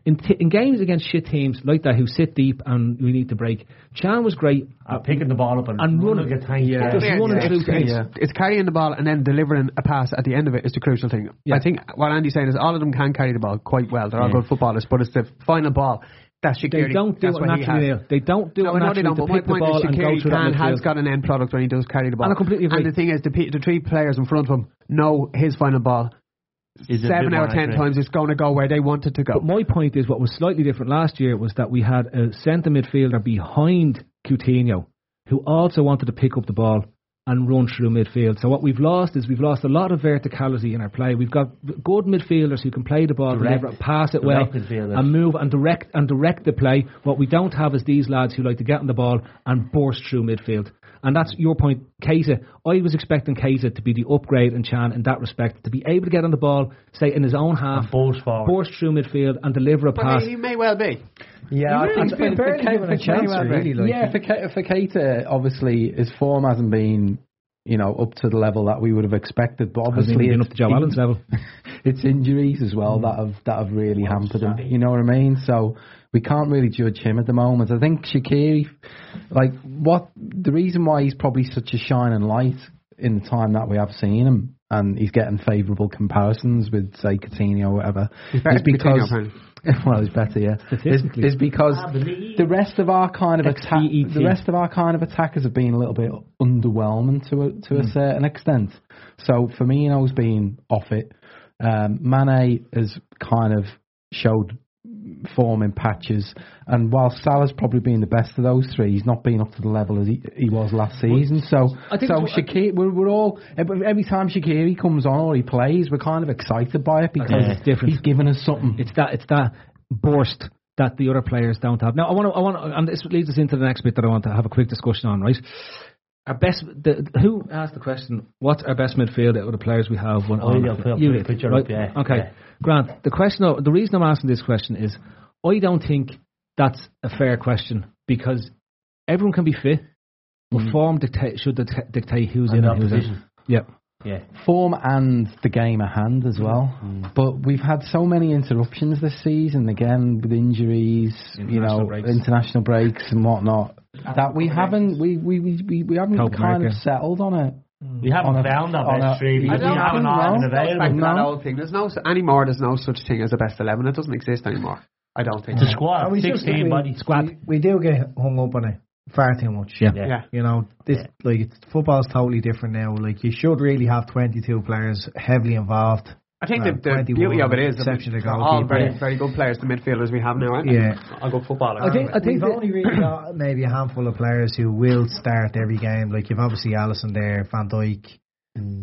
[SPEAKER 10] In, t- in games against shit teams like that who sit deep and we need to break, Chan was great at
[SPEAKER 7] picking the ball up and,
[SPEAKER 10] running.
[SPEAKER 7] yeah.
[SPEAKER 10] Just running
[SPEAKER 8] it's,
[SPEAKER 10] through
[SPEAKER 8] it's,
[SPEAKER 10] things.
[SPEAKER 8] it's carrying the ball and then delivering a pass at the end of it is the crucial thing. I think what Andy's saying is all of them can carry the ball quite well. They're all
[SPEAKER 10] Yeah.
[SPEAKER 8] good footballers, but it's the final ball. That's Shakiri.
[SPEAKER 10] They don't do
[SPEAKER 8] That's
[SPEAKER 10] it
[SPEAKER 8] what he
[SPEAKER 10] naturally.
[SPEAKER 8] has.
[SPEAKER 10] Neil. They don't do
[SPEAKER 8] no,
[SPEAKER 10] it
[SPEAKER 8] I know
[SPEAKER 10] naturally
[SPEAKER 8] they don't,
[SPEAKER 10] to
[SPEAKER 8] but my
[SPEAKER 10] pick the
[SPEAKER 8] point
[SPEAKER 10] ball
[SPEAKER 8] is
[SPEAKER 10] and go
[SPEAKER 8] Shakiri
[SPEAKER 10] through that
[SPEAKER 8] Khan has
[SPEAKER 10] midfield.
[SPEAKER 8] got an end product when he does carry the ball.
[SPEAKER 10] And I completely
[SPEAKER 8] And
[SPEAKER 10] agree.
[SPEAKER 8] the thing is, the, pe- the three players in front of him know his final ball
[SPEAKER 10] Is a
[SPEAKER 8] seven
[SPEAKER 10] bit
[SPEAKER 8] out of
[SPEAKER 10] more
[SPEAKER 8] ten
[SPEAKER 10] accurate.
[SPEAKER 8] times it's going to go where they want it to go.
[SPEAKER 10] But my point is, what was slightly different last year was that we had a centre midfielder behind Coutinho who also wanted to pick up the ball and run through midfield. So what we've lost is we've lost a lot of verticality in our play. We've got good midfielders who can play the ball,
[SPEAKER 7] Direct-
[SPEAKER 10] deliver it, pass it well,
[SPEAKER 7] direct midfielders.
[SPEAKER 10] and move and direct and direct the play. What we don't have is these lads who like to get on the ball and burst through midfield. And that's your point, Keita. I was expecting Keita to be the upgrade in Chan in that respect, to be able to get on the ball, say in his own half,
[SPEAKER 7] burst forward,
[SPEAKER 10] burst through midfield, and deliver a pass.
[SPEAKER 8] may well be.
[SPEAKER 6] Yeah,
[SPEAKER 10] He really- he's been barely given a chance, really, like-
[SPEAKER 6] yeah, for, Ke- for Keita, obviously his form hasn't been, you know, up to the level that we would have expected. But
[SPEAKER 10] Hasn't even
[SPEAKER 6] obviously,
[SPEAKER 10] been
[SPEAKER 6] it's
[SPEAKER 10] up to Joe
[SPEAKER 6] in-
[SPEAKER 10] Allen's level.
[SPEAKER 6] it's injuries as well that have that have really hampered him. You know what I mean? So we can't really judge him at the moment. I think Shakiri, like what the reason why he's probably such a shining light in the time that we have seen him, and he's getting favourable comparisons with say Coutinho or whatever,
[SPEAKER 8] He's better
[SPEAKER 6] is
[SPEAKER 8] than Coutinho,
[SPEAKER 6] because
[SPEAKER 8] apparently.
[SPEAKER 6] well, he's better, yeah. Is,
[SPEAKER 8] Statistically.
[SPEAKER 6] is because the rest of our kind of attack,
[SPEAKER 10] E
[SPEAKER 6] the rest of our kind of attackers have been a little bit underwhelming to a, to
[SPEAKER 10] Hmm.
[SPEAKER 6] a certain extent. So Firmino's been off it. Um, Mane has kind of showed form in patches, and while Salah's probably been the best of those three, he's not been up to the level as he, he was last season. So,
[SPEAKER 10] I think
[SPEAKER 6] so
[SPEAKER 10] it's-
[SPEAKER 6] Shakiri, we're, we're all every every time Shakiri comes on or he plays, we're kind of excited by it because
[SPEAKER 10] Yeah, it's different.
[SPEAKER 6] he's given us something.
[SPEAKER 10] It's that it's that burst that the other players don't have. Now I want to I want to, and this leads us into the next bit that I want to have a quick discussion on. Right, our best the, who asked the question? What's our best midfield out of the players we have? When
[SPEAKER 7] Oh,
[SPEAKER 10] on-
[SPEAKER 7] yeah, I'll put up
[SPEAKER 10] You
[SPEAKER 7] the
[SPEAKER 10] did,
[SPEAKER 7] picture
[SPEAKER 10] right?
[SPEAKER 7] up, yeah,
[SPEAKER 10] Okay,
[SPEAKER 7] yeah.
[SPEAKER 10] Grant. The question of, the reason I'm asking this question is I don't think that's a fair question because everyone can be fit. But
[SPEAKER 6] Mm.
[SPEAKER 10] form dictate, should dicta- dictate who's
[SPEAKER 6] And
[SPEAKER 10] in
[SPEAKER 6] the
[SPEAKER 10] and who's out.
[SPEAKER 6] opposition.
[SPEAKER 10] Yeah.
[SPEAKER 7] Yeah.
[SPEAKER 6] Form and the game at hand as well. But we've had so many interruptions this season, again, with injuries, you
[SPEAKER 10] International
[SPEAKER 6] know,
[SPEAKER 10] breaks.
[SPEAKER 6] international breaks and whatnot, that we haven't, we, we, we, we, we haven't
[SPEAKER 7] Copa
[SPEAKER 6] kind
[SPEAKER 7] America.
[SPEAKER 6] of settled on it.
[SPEAKER 7] We haven't
[SPEAKER 6] On a-
[SPEAKER 7] found our
[SPEAKER 6] on
[SPEAKER 7] best
[SPEAKER 6] a-
[SPEAKER 7] three because we haven't had an
[SPEAKER 8] Goes back to
[SPEAKER 7] available.
[SPEAKER 8] that old thing. There's no anymore. There's no such thing as a best eleven. It doesn't exist anymore. I don't think.
[SPEAKER 7] It's a squad.
[SPEAKER 13] And we just- we-
[SPEAKER 10] squad.
[SPEAKER 13] We, we do get hung up on it far too much.
[SPEAKER 10] Yeah.
[SPEAKER 8] Yeah. Yeah.
[SPEAKER 13] You know, this like it's, football's totally different now. Like you should really have 22 players heavily involved.
[SPEAKER 8] I think
[SPEAKER 13] Well,
[SPEAKER 8] the, the beauty
[SPEAKER 13] 21
[SPEAKER 8] of it is that
[SPEAKER 13] exception to
[SPEAKER 8] they're all
[SPEAKER 13] goalkeeper.
[SPEAKER 8] very very good players. The midfielders we have now, aren't
[SPEAKER 13] Yeah.
[SPEAKER 8] I'll go footballer.
[SPEAKER 13] I think, I think
[SPEAKER 8] that-
[SPEAKER 13] we've only really got maybe a handful of players who will start every game. Like you've obviously Allison there, Van Dijk,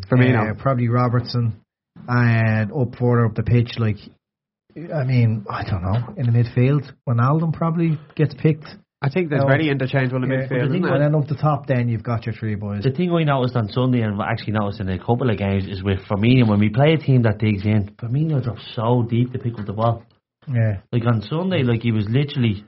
[SPEAKER 8] Firmino.
[SPEAKER 13] uh, probably Robertson, and up further up the pitch. Like, I mean, I don't know in the midfield, Ronaldo probably gets picked.
[SPEAKER 8] I think there's
[SPEAKER 13] Oh.
[SPEAKER 8] very interchangeable in
[SPEAKER 13] Yeah,
[SPEAKER 8] midfield.
[SPEAKER 13] but
[SPEAKER 8] Isn't
[SPEAKER 13] then- and
[SPEAKER 8] there?
[SPEAKER 13] then up the top, then you've got your three boys.
[SPEAKER 7] The thing I noticed on Sunday and I actually noticed in a couple of games is with Firmino when we play a team that digs in, Firmino drops so deep to pick up the ball.
[SPEAKER 13] Yeah.
[SPEAKER 7] Like on Sunday, like he was literally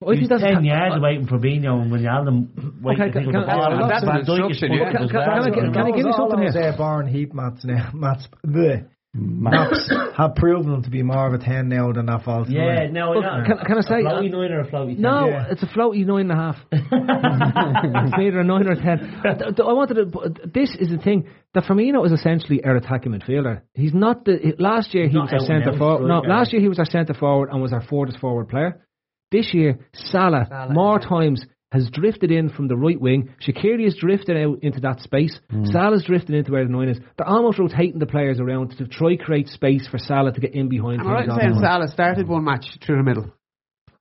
[SPEAKER 10] Well, if
[SPEAKER 7] he
[SPEAKER 10] he
[SPEAKER 7] was
[SPEAKER 10] doesn't
[SPEAKER 7] ten
[SPEAKER 10] ca-
[SPEAKER 7] yards away from Fabinho and Wijnaldum waiting
[SPEAKER 10] Okay,
[SPEAKER 7] to pick
[SPEAKER 10] can-
[SPEAKER 7] up the ball.
[SPEAKER 10] can-
[SPEAKER 7] And
[SPEAKER 10] that's
[SPEAKER 7] Van
[SPEAKER 10] an
[SPEAKER 7] Dijk was
[SPEAKER 10] instruction, yeah.
[SPEAKER 7] pulling
[SPEAKER 10] Can-
[SPEAKER 7] as
[SPEAKER 10] can-
[SPEAKER 7] well.
[SPEAKER 10] can I get-
[SPEAKER 13] Those-
[SPEAKER 10] give you
[SPEAKER 13] all
[SPEAKER 10] something
[SPEAKER 13] those,
[SPEAKER 10] here?
[SPEAKER 13] Uh, Barn Heat mats now, mats, the maps have proven them to be more of a ten now than that false.
[SPEAKER 7] Yeah,
[SPEAKER 13] nine.
[SPEAKER 7] no,
[SPEAKER 10] Well,
[SPEAKER 7] no.
[SPEAKER 10] can- can I say-
[SPEAKER 7] a floaty nine or a floaty ten?
[SPEAKER 10] No, it's a floaty nine and a half. it's neither a nine or a ten. Th- th- I wanted to. but This is the thing. That Firmino is essentially our attacking midfielder. He's not the. he- Last year he
[SPEAKER 7] Not
[SPEAKER 10] was our
[SPEAKER 7] out and
[SPEAKER 10] centre
[SPEAKER 7] out
[SPEAKER 10] forward. No,
[SPEAKER 7] striker.
[SPEAKER 10] last year he was our centre forward and was our furthest forward player. This year, Salah, more times has drifted in from the right wing. Shaqiri has drifted out into that space. Salah's drifted into where the nine is. They're almost rotating the players around to try create space for Salah to get in behind.
[SPEAKER 8] Am
[SPEAKER 10] him
[SPEAKER 8] I right
[SPEAKER 10] and
[SPEAKER 8] in
[SPEAKER 10] go
[SPEAKER 8] saying
[SPEAKER 10] on.
[SPEAKER 8] Salah started one match through the middle?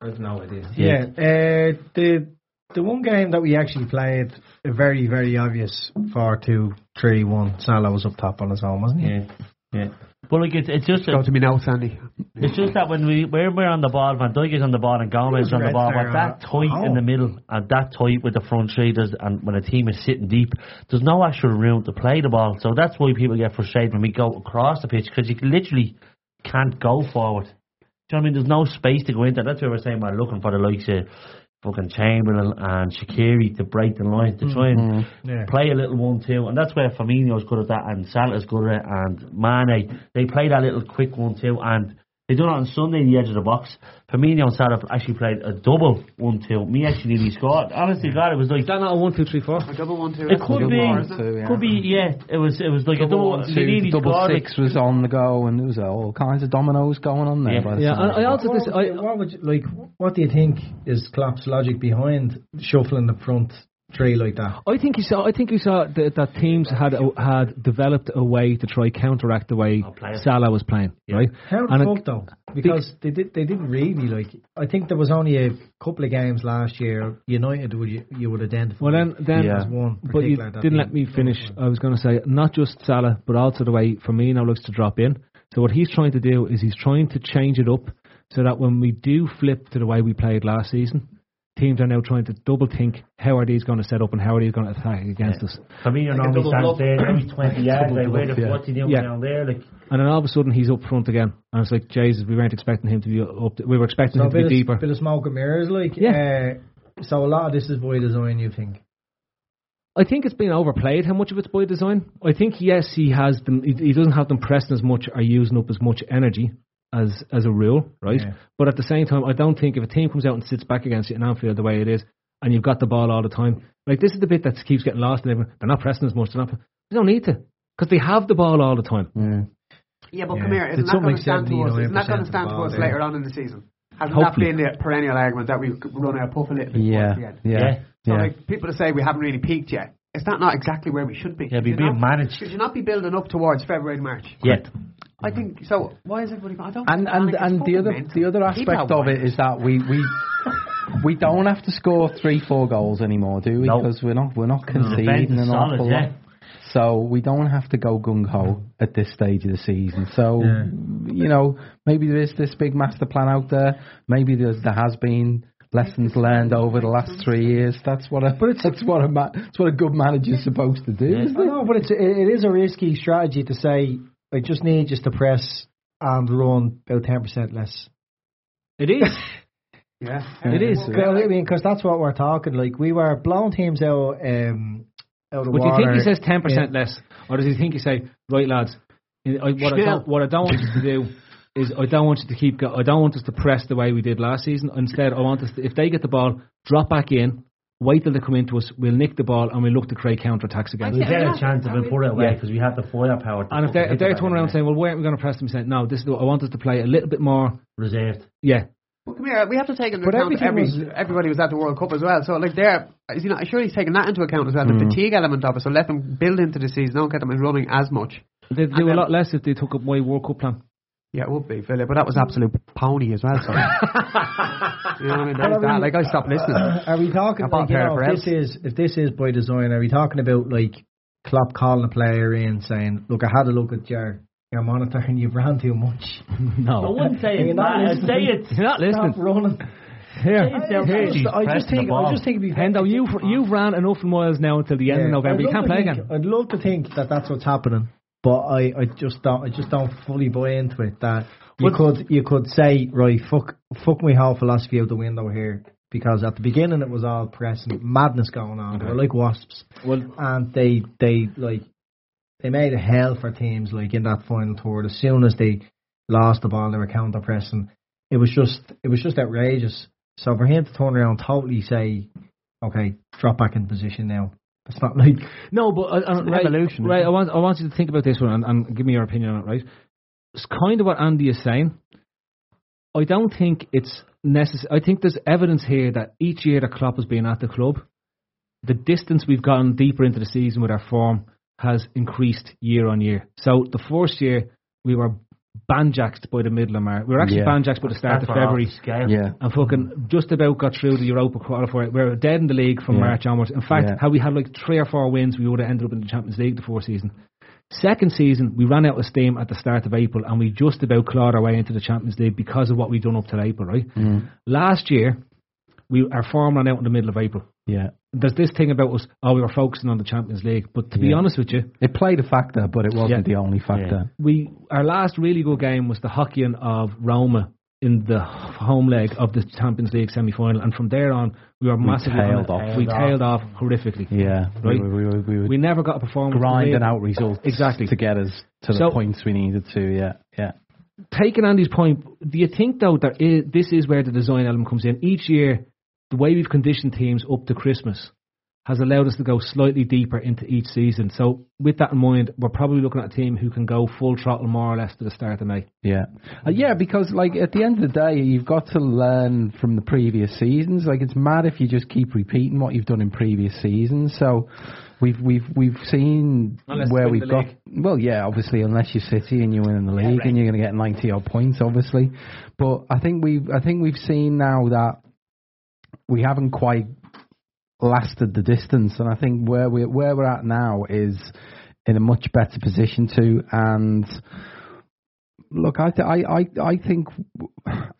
[SPEAKER 10] I've no idea.
[SPEAKER 13] Yeah, uh, the the one game that we actually played, a very very obvious four two three one. Salah was up top on his own, wasn't he?
[SPEAKER 7] Yeah, yeah. But like it's, it's just
[SPEAKER 8] Go to me now, Sandy.
[SPEAKER 7] It's just that when we when we're on the ball, Van Dijk is on the ball and Gomez is on the
[SPEAKER 8] Red
[SPEAKER 7] ball,
[SPEAKER 8] Star oh.
[SPEAKER 7] but that tight
[SPEAKER 8] on-
[SPEAKER 7] in the middle and that tight with the front three, there's and when a team is sitting deep, there's no actual room to play the ball. So that's why people get frustrated when we go across the pitch because you literally can't go forward. Do you know what I mean? There's no space to go into. That's why we're saying we're looking for the likes of fucking Chamberlain and Shakiri to break the lines to try and
[SPEAKER 10] Yeah.
[SPEAKER 7] play a little one two, and that's where Firmino's good at that, and Salah's good at it, and Mane. They play that little quick one two, and they done it on Sunday in the edge of the box. Firmino and Salah actually played a double one two. Me actually nearly scored. Honestly, God, it was like
[SPEAKER 6] that. Not a one two three four.
[SPEAKER 8] A double one two.
[SPEAKER 7] It could be, could be, yeah. It was, it was like a
[SPEAKER 11] Double,
[SPEAKER 7] double.
[SPEAKER 11] one, two,
[SPEAKER 7] they
[SPEAKER 11] the
[SPEAKER 7] nearly
[SPEAKER 11] double
[SPEAKER 7] scored, like,
[SPEAKER 11] six was on the go, and there was all kinds of dominoes going on there. by the time.
[SPEAKER 10] What would you- what would you, like? What do you think is Klopp's logic behind shuffling the front three like that?
[SPEAKER 6] I think you saw. I think you saw that, that teams had had developed a way to try counteract the way
[SPEAKER 10] play it.
[SPEAKER 6] Salah was playing, right?
[SPEAKER 10] How
[SPEAKER 6] And
[SPEAKER 10] the
[SPEAKER 6] it-
[SPEAKER 10] fuck though? Because they did. They didn't really like. I think there was only a couple of games last year. United would you, you would identify.
[SPEAKER 6] Well, then, then
[SPEAKER 10] as one.
[SPEAKER 6] but you
[SPEAKER 10] particular that
[SPEAKER 6] didn't
[SPEAKER 10] they-
[SPEAKER 6] let me finish. I was going to say not just Salah, but also the way Firmino looks to drop in. So what he's trying to do is he's trying to change it up so that when we do flip to the way we played last season, teams are now trying to double think how are these going to set up and how are these going to attack against us.
[SPEAKER 7] Firmino normally stands there every twenty yards. Like, where the
[SPEAKER 6] Yeah.
[SPEAKER 7] fuck you doing
[SPEAKER 6] Yeah.
[SPEAKER 7] down there? Like,
[SPEAKER 6] And then all of a sudden he's up front again, and it's like Jesus, we weren't expecting him to be up. we were expecting
[SPEAKER 10] So a
[SPEAKER 6] him to
[SPEAKER 10] bit,
[SPEAKER 6] be
[SPEAKER 10] of,
[SPEAKER 6] deeper.
[SPEAKER 10] bit of smoke and mirrors, like yeah. Uh, so a lot of this is by design. You think?
[SPEAKER 6] I think it's been overplayed. How much of it's by design? I think yes, he has them. He, he doesn't have them pressing as much or using up as much energy as as a rule, right?
[SPEAKER 10] Yeah.
[SPEAKER 6] But at the same time, I don't think if a team comes out and sits back against you in Anfield the way it is, and you've got the ball all the time, like this is the bit that keeps getting lost. And everyone, they're not pressing as much. They're not. They don't need to because they have the ball all the time.
[SPEAKER 8] Yeah, but
[SPEAKER 6] Yeah.
[SPEAKER 8] come here.
[SPEAKER 6] Did
[SPEAKER 8] Isn't that
[SPEAKER 6] something
[SPEAKER 8] going
[SPEAKER 6] like
[SPEAKER 8] to stand to us?
[SPEAKER 6] 79%
[SPEAKER 8] Isn't that going
[SPEAKER 6] of
[SPEAKER 8] to stand to
[SPEAKER 6] the
[SPEAKER 8] us
[SPEAKER 6] ball,
[SPEAKER 8] later
[SPEAKER 6] yeah.
[SPEAKER 8] on in the season? Hasn't that
[SPEAKER 6] Hopefully.
[SPEAKER 8] been the perennial argument that we could run our puff a little bit
[SPEAKER 11] Yeah,
[SPEAKER 8] towards the end?
[SPEAKER 11] yeah, Yeah.
[SPEAKER 8] So
[SPEAKER 11] yeah.
[SPEAKER 8] like, people that say we haven't really peaked yet, is that not exactly where we should be?
[SPEAKER 7] Yeah, we're
[SPEAKER 8] Should you
[SPEAKER 7] being
[SPEAKER 8] not-
[SPEAKER 7] managed.
[SPEAKER 8] Should you not be building up towards February, March?
[SPEAKER 7] yeah.
[SPEAKER 8] I think so. Why is everybody? I don't.
[SPEAKER 11] and and, and the other the other
[SPEAKER 8] Keep
[SPEAKER 11] aspect
[SPEAKER 8] our
[SPEAKER 11] of it is that we we we don't have to score three four goals anymore, do we? Because we're not we're not conceding
[SPEAKER 7] Defense
[SPEAKER 11] an
[SPEAKER 7] is solid,
[SPEAKER 11] awful
[SPEAKER 7] yeah.
[SPEAKER 11] lot. So we don't have to go gung ho at this stage of the season. So you know maybe there is this big master plan out there. Maybe there's, there has been lessons learned over the last three years. That's what a that's what a ma- that's what a good manager's supposed to do.
[SPEAKER 10] I know, but it's, it, it is a risky strategy to say I just need just to press and run about ten percent less.
[SPEAKER 6] It is.
[SPEAKER 8] yeah,
[SPEAKER 10] It is. I mean, because that's what we're talking. Like we were blowing teams out. Um, out of
[SPEAKER 6] But do you think he
[SPEAKER 10] water.
[SPEAKER 6] says ten percent
[SPEAKER 10] Yeah.
[SPEAKER 6] less, or does he think he say, right lads, I, what, I don't, what I don't want you to do is I don't want you to keep, go- I don't want us to press the way we did last season. Instead, I want us to, if they get the ball, drop back in, wait till they come into us, we'll nick the ball and we'll look to create counter attacks again.
[SPEAKER 7] We get a chance if we put it away because we have the firepower. to
[SPEAKER 6] And if they're,
[SPEAKER 7] fucking
[SPEAKER 6] if they're
[SPEAKER 7] hit the
[SPEAKER 6] turning around saying, well, where are we going to press them? Saying, no, this is the, I want us to play a little bit more
[SPEAKER 7] reserved.
[SPEAKER 6] Yeah,
[SPEAKER 8] Well, come here. We have to take into
[SPEAKER 6] But
[SPEAKER 8] account
[SPEAKER 6] everything
[SPEAKER 8] every,
[SPEAKER 6] was-
[SPEAKER 8] everybody was at the World Cup as well. So like, there, is you know, sure he's taking that into account as well. The
[SPEAKER 10] Hmm.
[SPEAKER 6] Mm.
[SPEAKER 8] fatigue element of it. So let them build into the season. Don't get them running as much.
[SPEAKER 6] they'd do a lot less if they took up my World Cup plan.
[SPEAKER 8] Yeah, it would be, Philip. But that was absolute pony as well. So. you know what I mean? There's
[SPEAKER 10] Well, I
[SPEAKER 8] that.
[SPEAKER 10] mean, uh,
[SPEAKER 8] Like I stopped listening.
[SPEAKER 10] Are we talking?
[SPEAKER 8] Apart
[SPEAKER 10] Like, you
[SPEAKER 8] from
[SPEAKER 10] know, if
[SPEAKER 8] Perez.
[SPEAKER 10] this is if this is by design. Are we talking about like Klopp calling a player in saying, "Look, I had a look at your your monitor and you've ran too much."
[SPEAKER 6] no,
[SPEAKER 10] I
[SPEAKER 7] wouldn't say
[SPEAKER 10] You're
[SPEAKER 7] it's
[SPEAKER 10] not
[SPEAKER 7] bad.
[SPEAKER 10] listening.
[SPEAKER 7] Say it's- Oh. You're not listening.
[SPEAKER 10] Stop running.
[SPEAKER 6] Here,
[SPEAKER 10] I- I just- I just think I just think it'd be
[SPEAKER 6] Hendo, you Oh, you've ran enough miles now until the end of
[SPEAKER 10] Yeah,
[SPEAKER 6] November.
[SPEAKER 10] I'd
[SPEAKER 6] You
[SPEAKER 10] love
[SPEAKER 6] can't
[SPEAKER 10] to
[SPEAKER 6] play
[SPEAKER 10] think-
[SPEAKER 6] again.
[SPEAKER 10] I'd love to think that that's what's happening, but I, I just don't I just don't fully buy into it that you
[SPEAKER 6] But-
[SPEAKER 10] could you could say right fuck fuck my whole philosophy out the window here because at the beginning it was all press and madness going on. They were like wasps, and they they like they made a hell for teams like in that final tour. As soon as they lost the ball, they were counter pressing. It was just it was just outrageous. So for him to turn around, and totally say, okay, drop back in position now. It's not like
[SPEAKER 6] No, but uh, uh,
[SPEAKER 10] an
[SPEAKER 6] right,
[SPEAKER 10] evolution,
[SPEAKER 6] right.
[SPEAKER 10] isn't
[SPEAKER 6] I want I want you to think about this one and, and give me your opinion on it. Right, it's kind of what Andy is saying. I don't think it's necessary. I think there's evidence here that each year that Klopp has been at the club, the distance we've gotten deeper into the season with our form has increased year on year. So the first year we were banjaxed by the middle of March. We were actually
[SPEAKER 7] Yeah.
[SPEAKER 6] banjaxed by the start
[SPEAKER 7] That's
[SPEAKER 6] of
[SPEAKER 7] where off
[SPEAKER 6] February.
[SPEAKER 7] the scale.
[SPEAKER 11] Yeah.
[SPEAKER 6] and fucking just about got through the Europa qualifier. We were dead in the league from
[SPEAKER 11] Yeah.
[SPEAKER 6] March onwards. In fact,
[SPEAKER 11] Yeah.
[SPEAKER 6] how we had like three or four wins, we would have ended up in the Champions League the fourth season.
[SPEAKER 10] Second season, we ran out of steam at the start of April, and we just about clawed our way into the Champions League because of what we'd done up till April, right?
[SPEAKER 11] Mm.
[SPEAKER 10] Last year, we our form ran out in the middle of April.
[SPEAKER 1] Yeah.
[SPEAKER 10] There's this thing about us, oh, we were focusing on the Champions League, but to be
[SPEAKER 1] Yeah.
[SPEAKER 10] honest with you,
[SPEAKER 1] It played a factor, but it wasn't the only factor.
[SPEAKER 10] we our last really good game was the hockeying
[SPEAKER 6] uh,
[SPEAKER 10] of Roma in the home leg of the Champions League semi final, and from there on we were
[SPEAKER 1] We
[SPEAKER 10] massively
[SPEAKER 1] tailed
[SPEAKER 10] on it.
[SPEAKER 1] off.
[SPEAKER 10] We
[SPEAKER 1] Tailed
[SPEAKER 10] tailed off horrifically.
[SPEAKER 1] Yeah,
[SPEAKER 10] Right.
[SPEAKER 1] we, were, we, were, we were
[SPEAKER 10] We never got a performance.
[SPEAKER 1] grinding
[SPEAKER 10] We-
[SPEAKER 1] out results
[SPEAKER 10] exactly
[SPEAKER 1] to get us to the
[SPEAKER 10] So-
[SPEAKER 1] points we needed to. Yeah, yeah.
[SPEAKER 10] Taking Andy's point, do you think though that i this is where the design element comes in? Each year, the way we've conditioned teams up to Christmas has allowed us to go slightly deeper into each season. So with that in mind, we're probably looking at a team who can go full throttle more or less to the start of May.
[SPEAKER 1] Yeah, uh, yeah, because like at the end of the day, you've got to learn from the previous seasons. Like it's mad if you just keep repeating what you've done in previous seasons. So we've we've we've seen
[SPEAKER 10] Unless
[SPEAKER 1] where
[SPEAKER 10] you win
[SPEAKER 1] we've
[SPEAKER 10] the
[SPEAKER 1] got. Well, yeah, obviously, unless you're City and you win in the league and you're going to get ninety odd points, obviously. But I think we have I think we've seen now that we haven't quite lasted the distance, and I think where we where we're at now is in a much better position to and look, I, th- I, I, I think,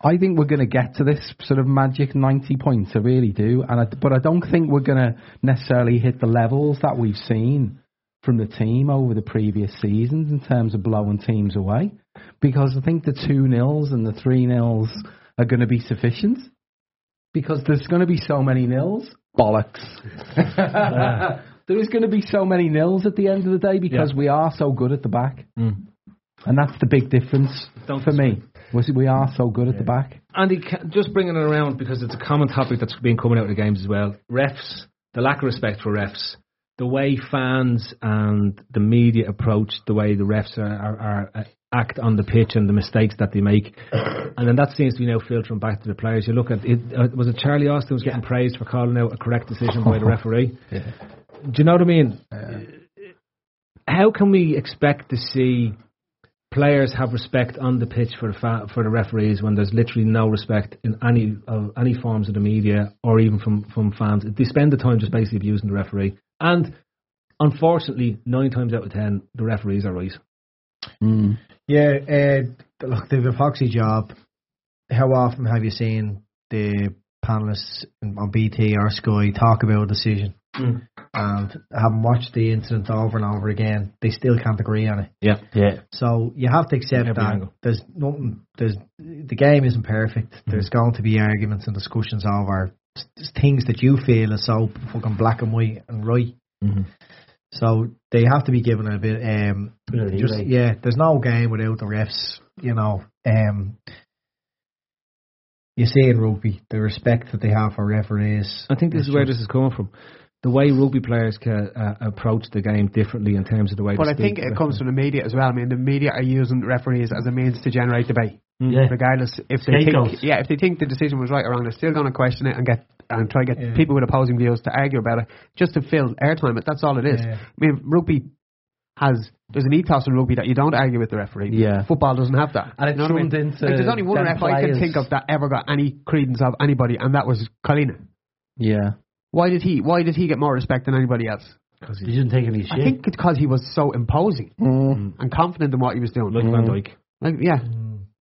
[SPEAKER 1] I think we're going to get to this sort of magic ninety points. I really do, and I, but I don't think we're going to necessarily hit the levels that we've seen from the team over the previous seasons in terms of blowing teams away, because I think the two nils and the three nils are going to be sufficient, because there's going to be so many nils. Bollocks. there is going to be so many nils at the end of the day because we are so good at the back. And that's the big difference for me. Was we are so good at the back.
[SPEAKER 10] Andy, ca- just bringing it around because it's a common topic that's been coming out of the games as well. Refs, the lack of respect for refs, the way fans and the media approach the way the refs are, are, are uh, act on the pitch and the mistakes that they make, and then that seems to be now filtering back to the players. You look at it. Uh, was it Charlie Austin was getting praised for calling out a correct decision by the referee? Do you know what I mean? How can we expect to see players have respect on the pitch for the fa- for the referees when there's literally no respect in any of any forms of the media or even from from fans. They spend the time just basically abusing the referee, and unfortunately, nine times out of ten, the referees are right.
[SPEAKER 6] Yeah, uh, look, they've a foxy job. How often have you seen the panelists on BT or Sky talk about a decision
[SPEAKER 7] Hmm.
[SPEAKER 10] Mm.
[SPEAKER 6] and having watched the incident over and over again, they still can't agree on it.
[SPEAKER 10] Yeah,
[SPEAKER 7] yeah.
[SPEAKER 6] So you have to accept
[SPEAKER 7] Every
[SPEAKER 6] that
[SPEAKER 7] angle. Hmm.
[SPEAKER 6] there's nothing. There's the game isn't perfect. There's going to be arguments and discussions over s- s- things that you feel is so fucking black and white and right.
[SPEAKER 7] Mm-hmm.
[SPEAKER 6] So they have to be given a bit. Um,
[SPEAKER 7] Bit of
[SPEAKER 6] just
[SPEAKER 7] leeway.
[SPEAKER 6] yeah, there's no game without the refs. You know, um, you see in rugby the respect that they have for referees.
[SPEAKER 10] I think this
[SPEAKER 6] It's
[SPEAKER 10] is where this
[SPEAKER 6] just-
[SPEAKER 10] is coming from. The way rugby players can uh, approach the game differently in terms of the way.
[SPEAKER 15] But
[SPEAKER 10] they
[SPEAKER 15] I
[SPEAKER 10] speak
[SPEAKER 15] think
[SPEAKER 10] to
[SPEAKER 15] it
[SPEAKER 10] referees.
[SPEAKER 15] comes from the media as well. I mean, the media are using referees as a means to generate debate.
[SPEAKER 7] Yeah.
[SPEAKER 15] Regardless if they
[SPEAKER 7] Scapegoats.
[SPEAKER 15] think, yeah, if they think the decision was right or wrong, they're still going to question it and get and try to get
[SPEAKER 7] Yeah.
[SPEAKER 15] people with opposing views to argue about it just to fill airtime. That's all it is.
[SPEAKER 7] Yeah.
[SPEAKER 15] I mean, rugby has there's an ethos in rugby that you don't argue with the referee.
[SPEAKER 1] Yeah.
[SPEAKER 15] Football doesn't have that.
[SPEAKER 1] And it's
[SPEAKER 15] You know what I mean?
[SPEAKER 1] drummed into
[SPEAKER 15] Like, there's only one
[SPEAKER 1] them
[SPEAKER 15] ref I can
[SPEAKER 1] players.
[SPEAKER 15] think of that ever got any credence of anybody, and that was Colina.
[SPEAKER 1] Yeah.
[SPEAKER 15] Why did he? Why did he get more respect than anybody else?
[SPEAKER 10] Because
[SPEAKER 7] he didn't take any shit.
[SPEAKER 15] I think because he was so imposing
[SPEAKER 6] Mm.
[SPEAKER 15] Mm. and confident in what he was doing.
[SPEAKER 10] Like Van Dijk.
[SPEAKER 15] Like, yeah.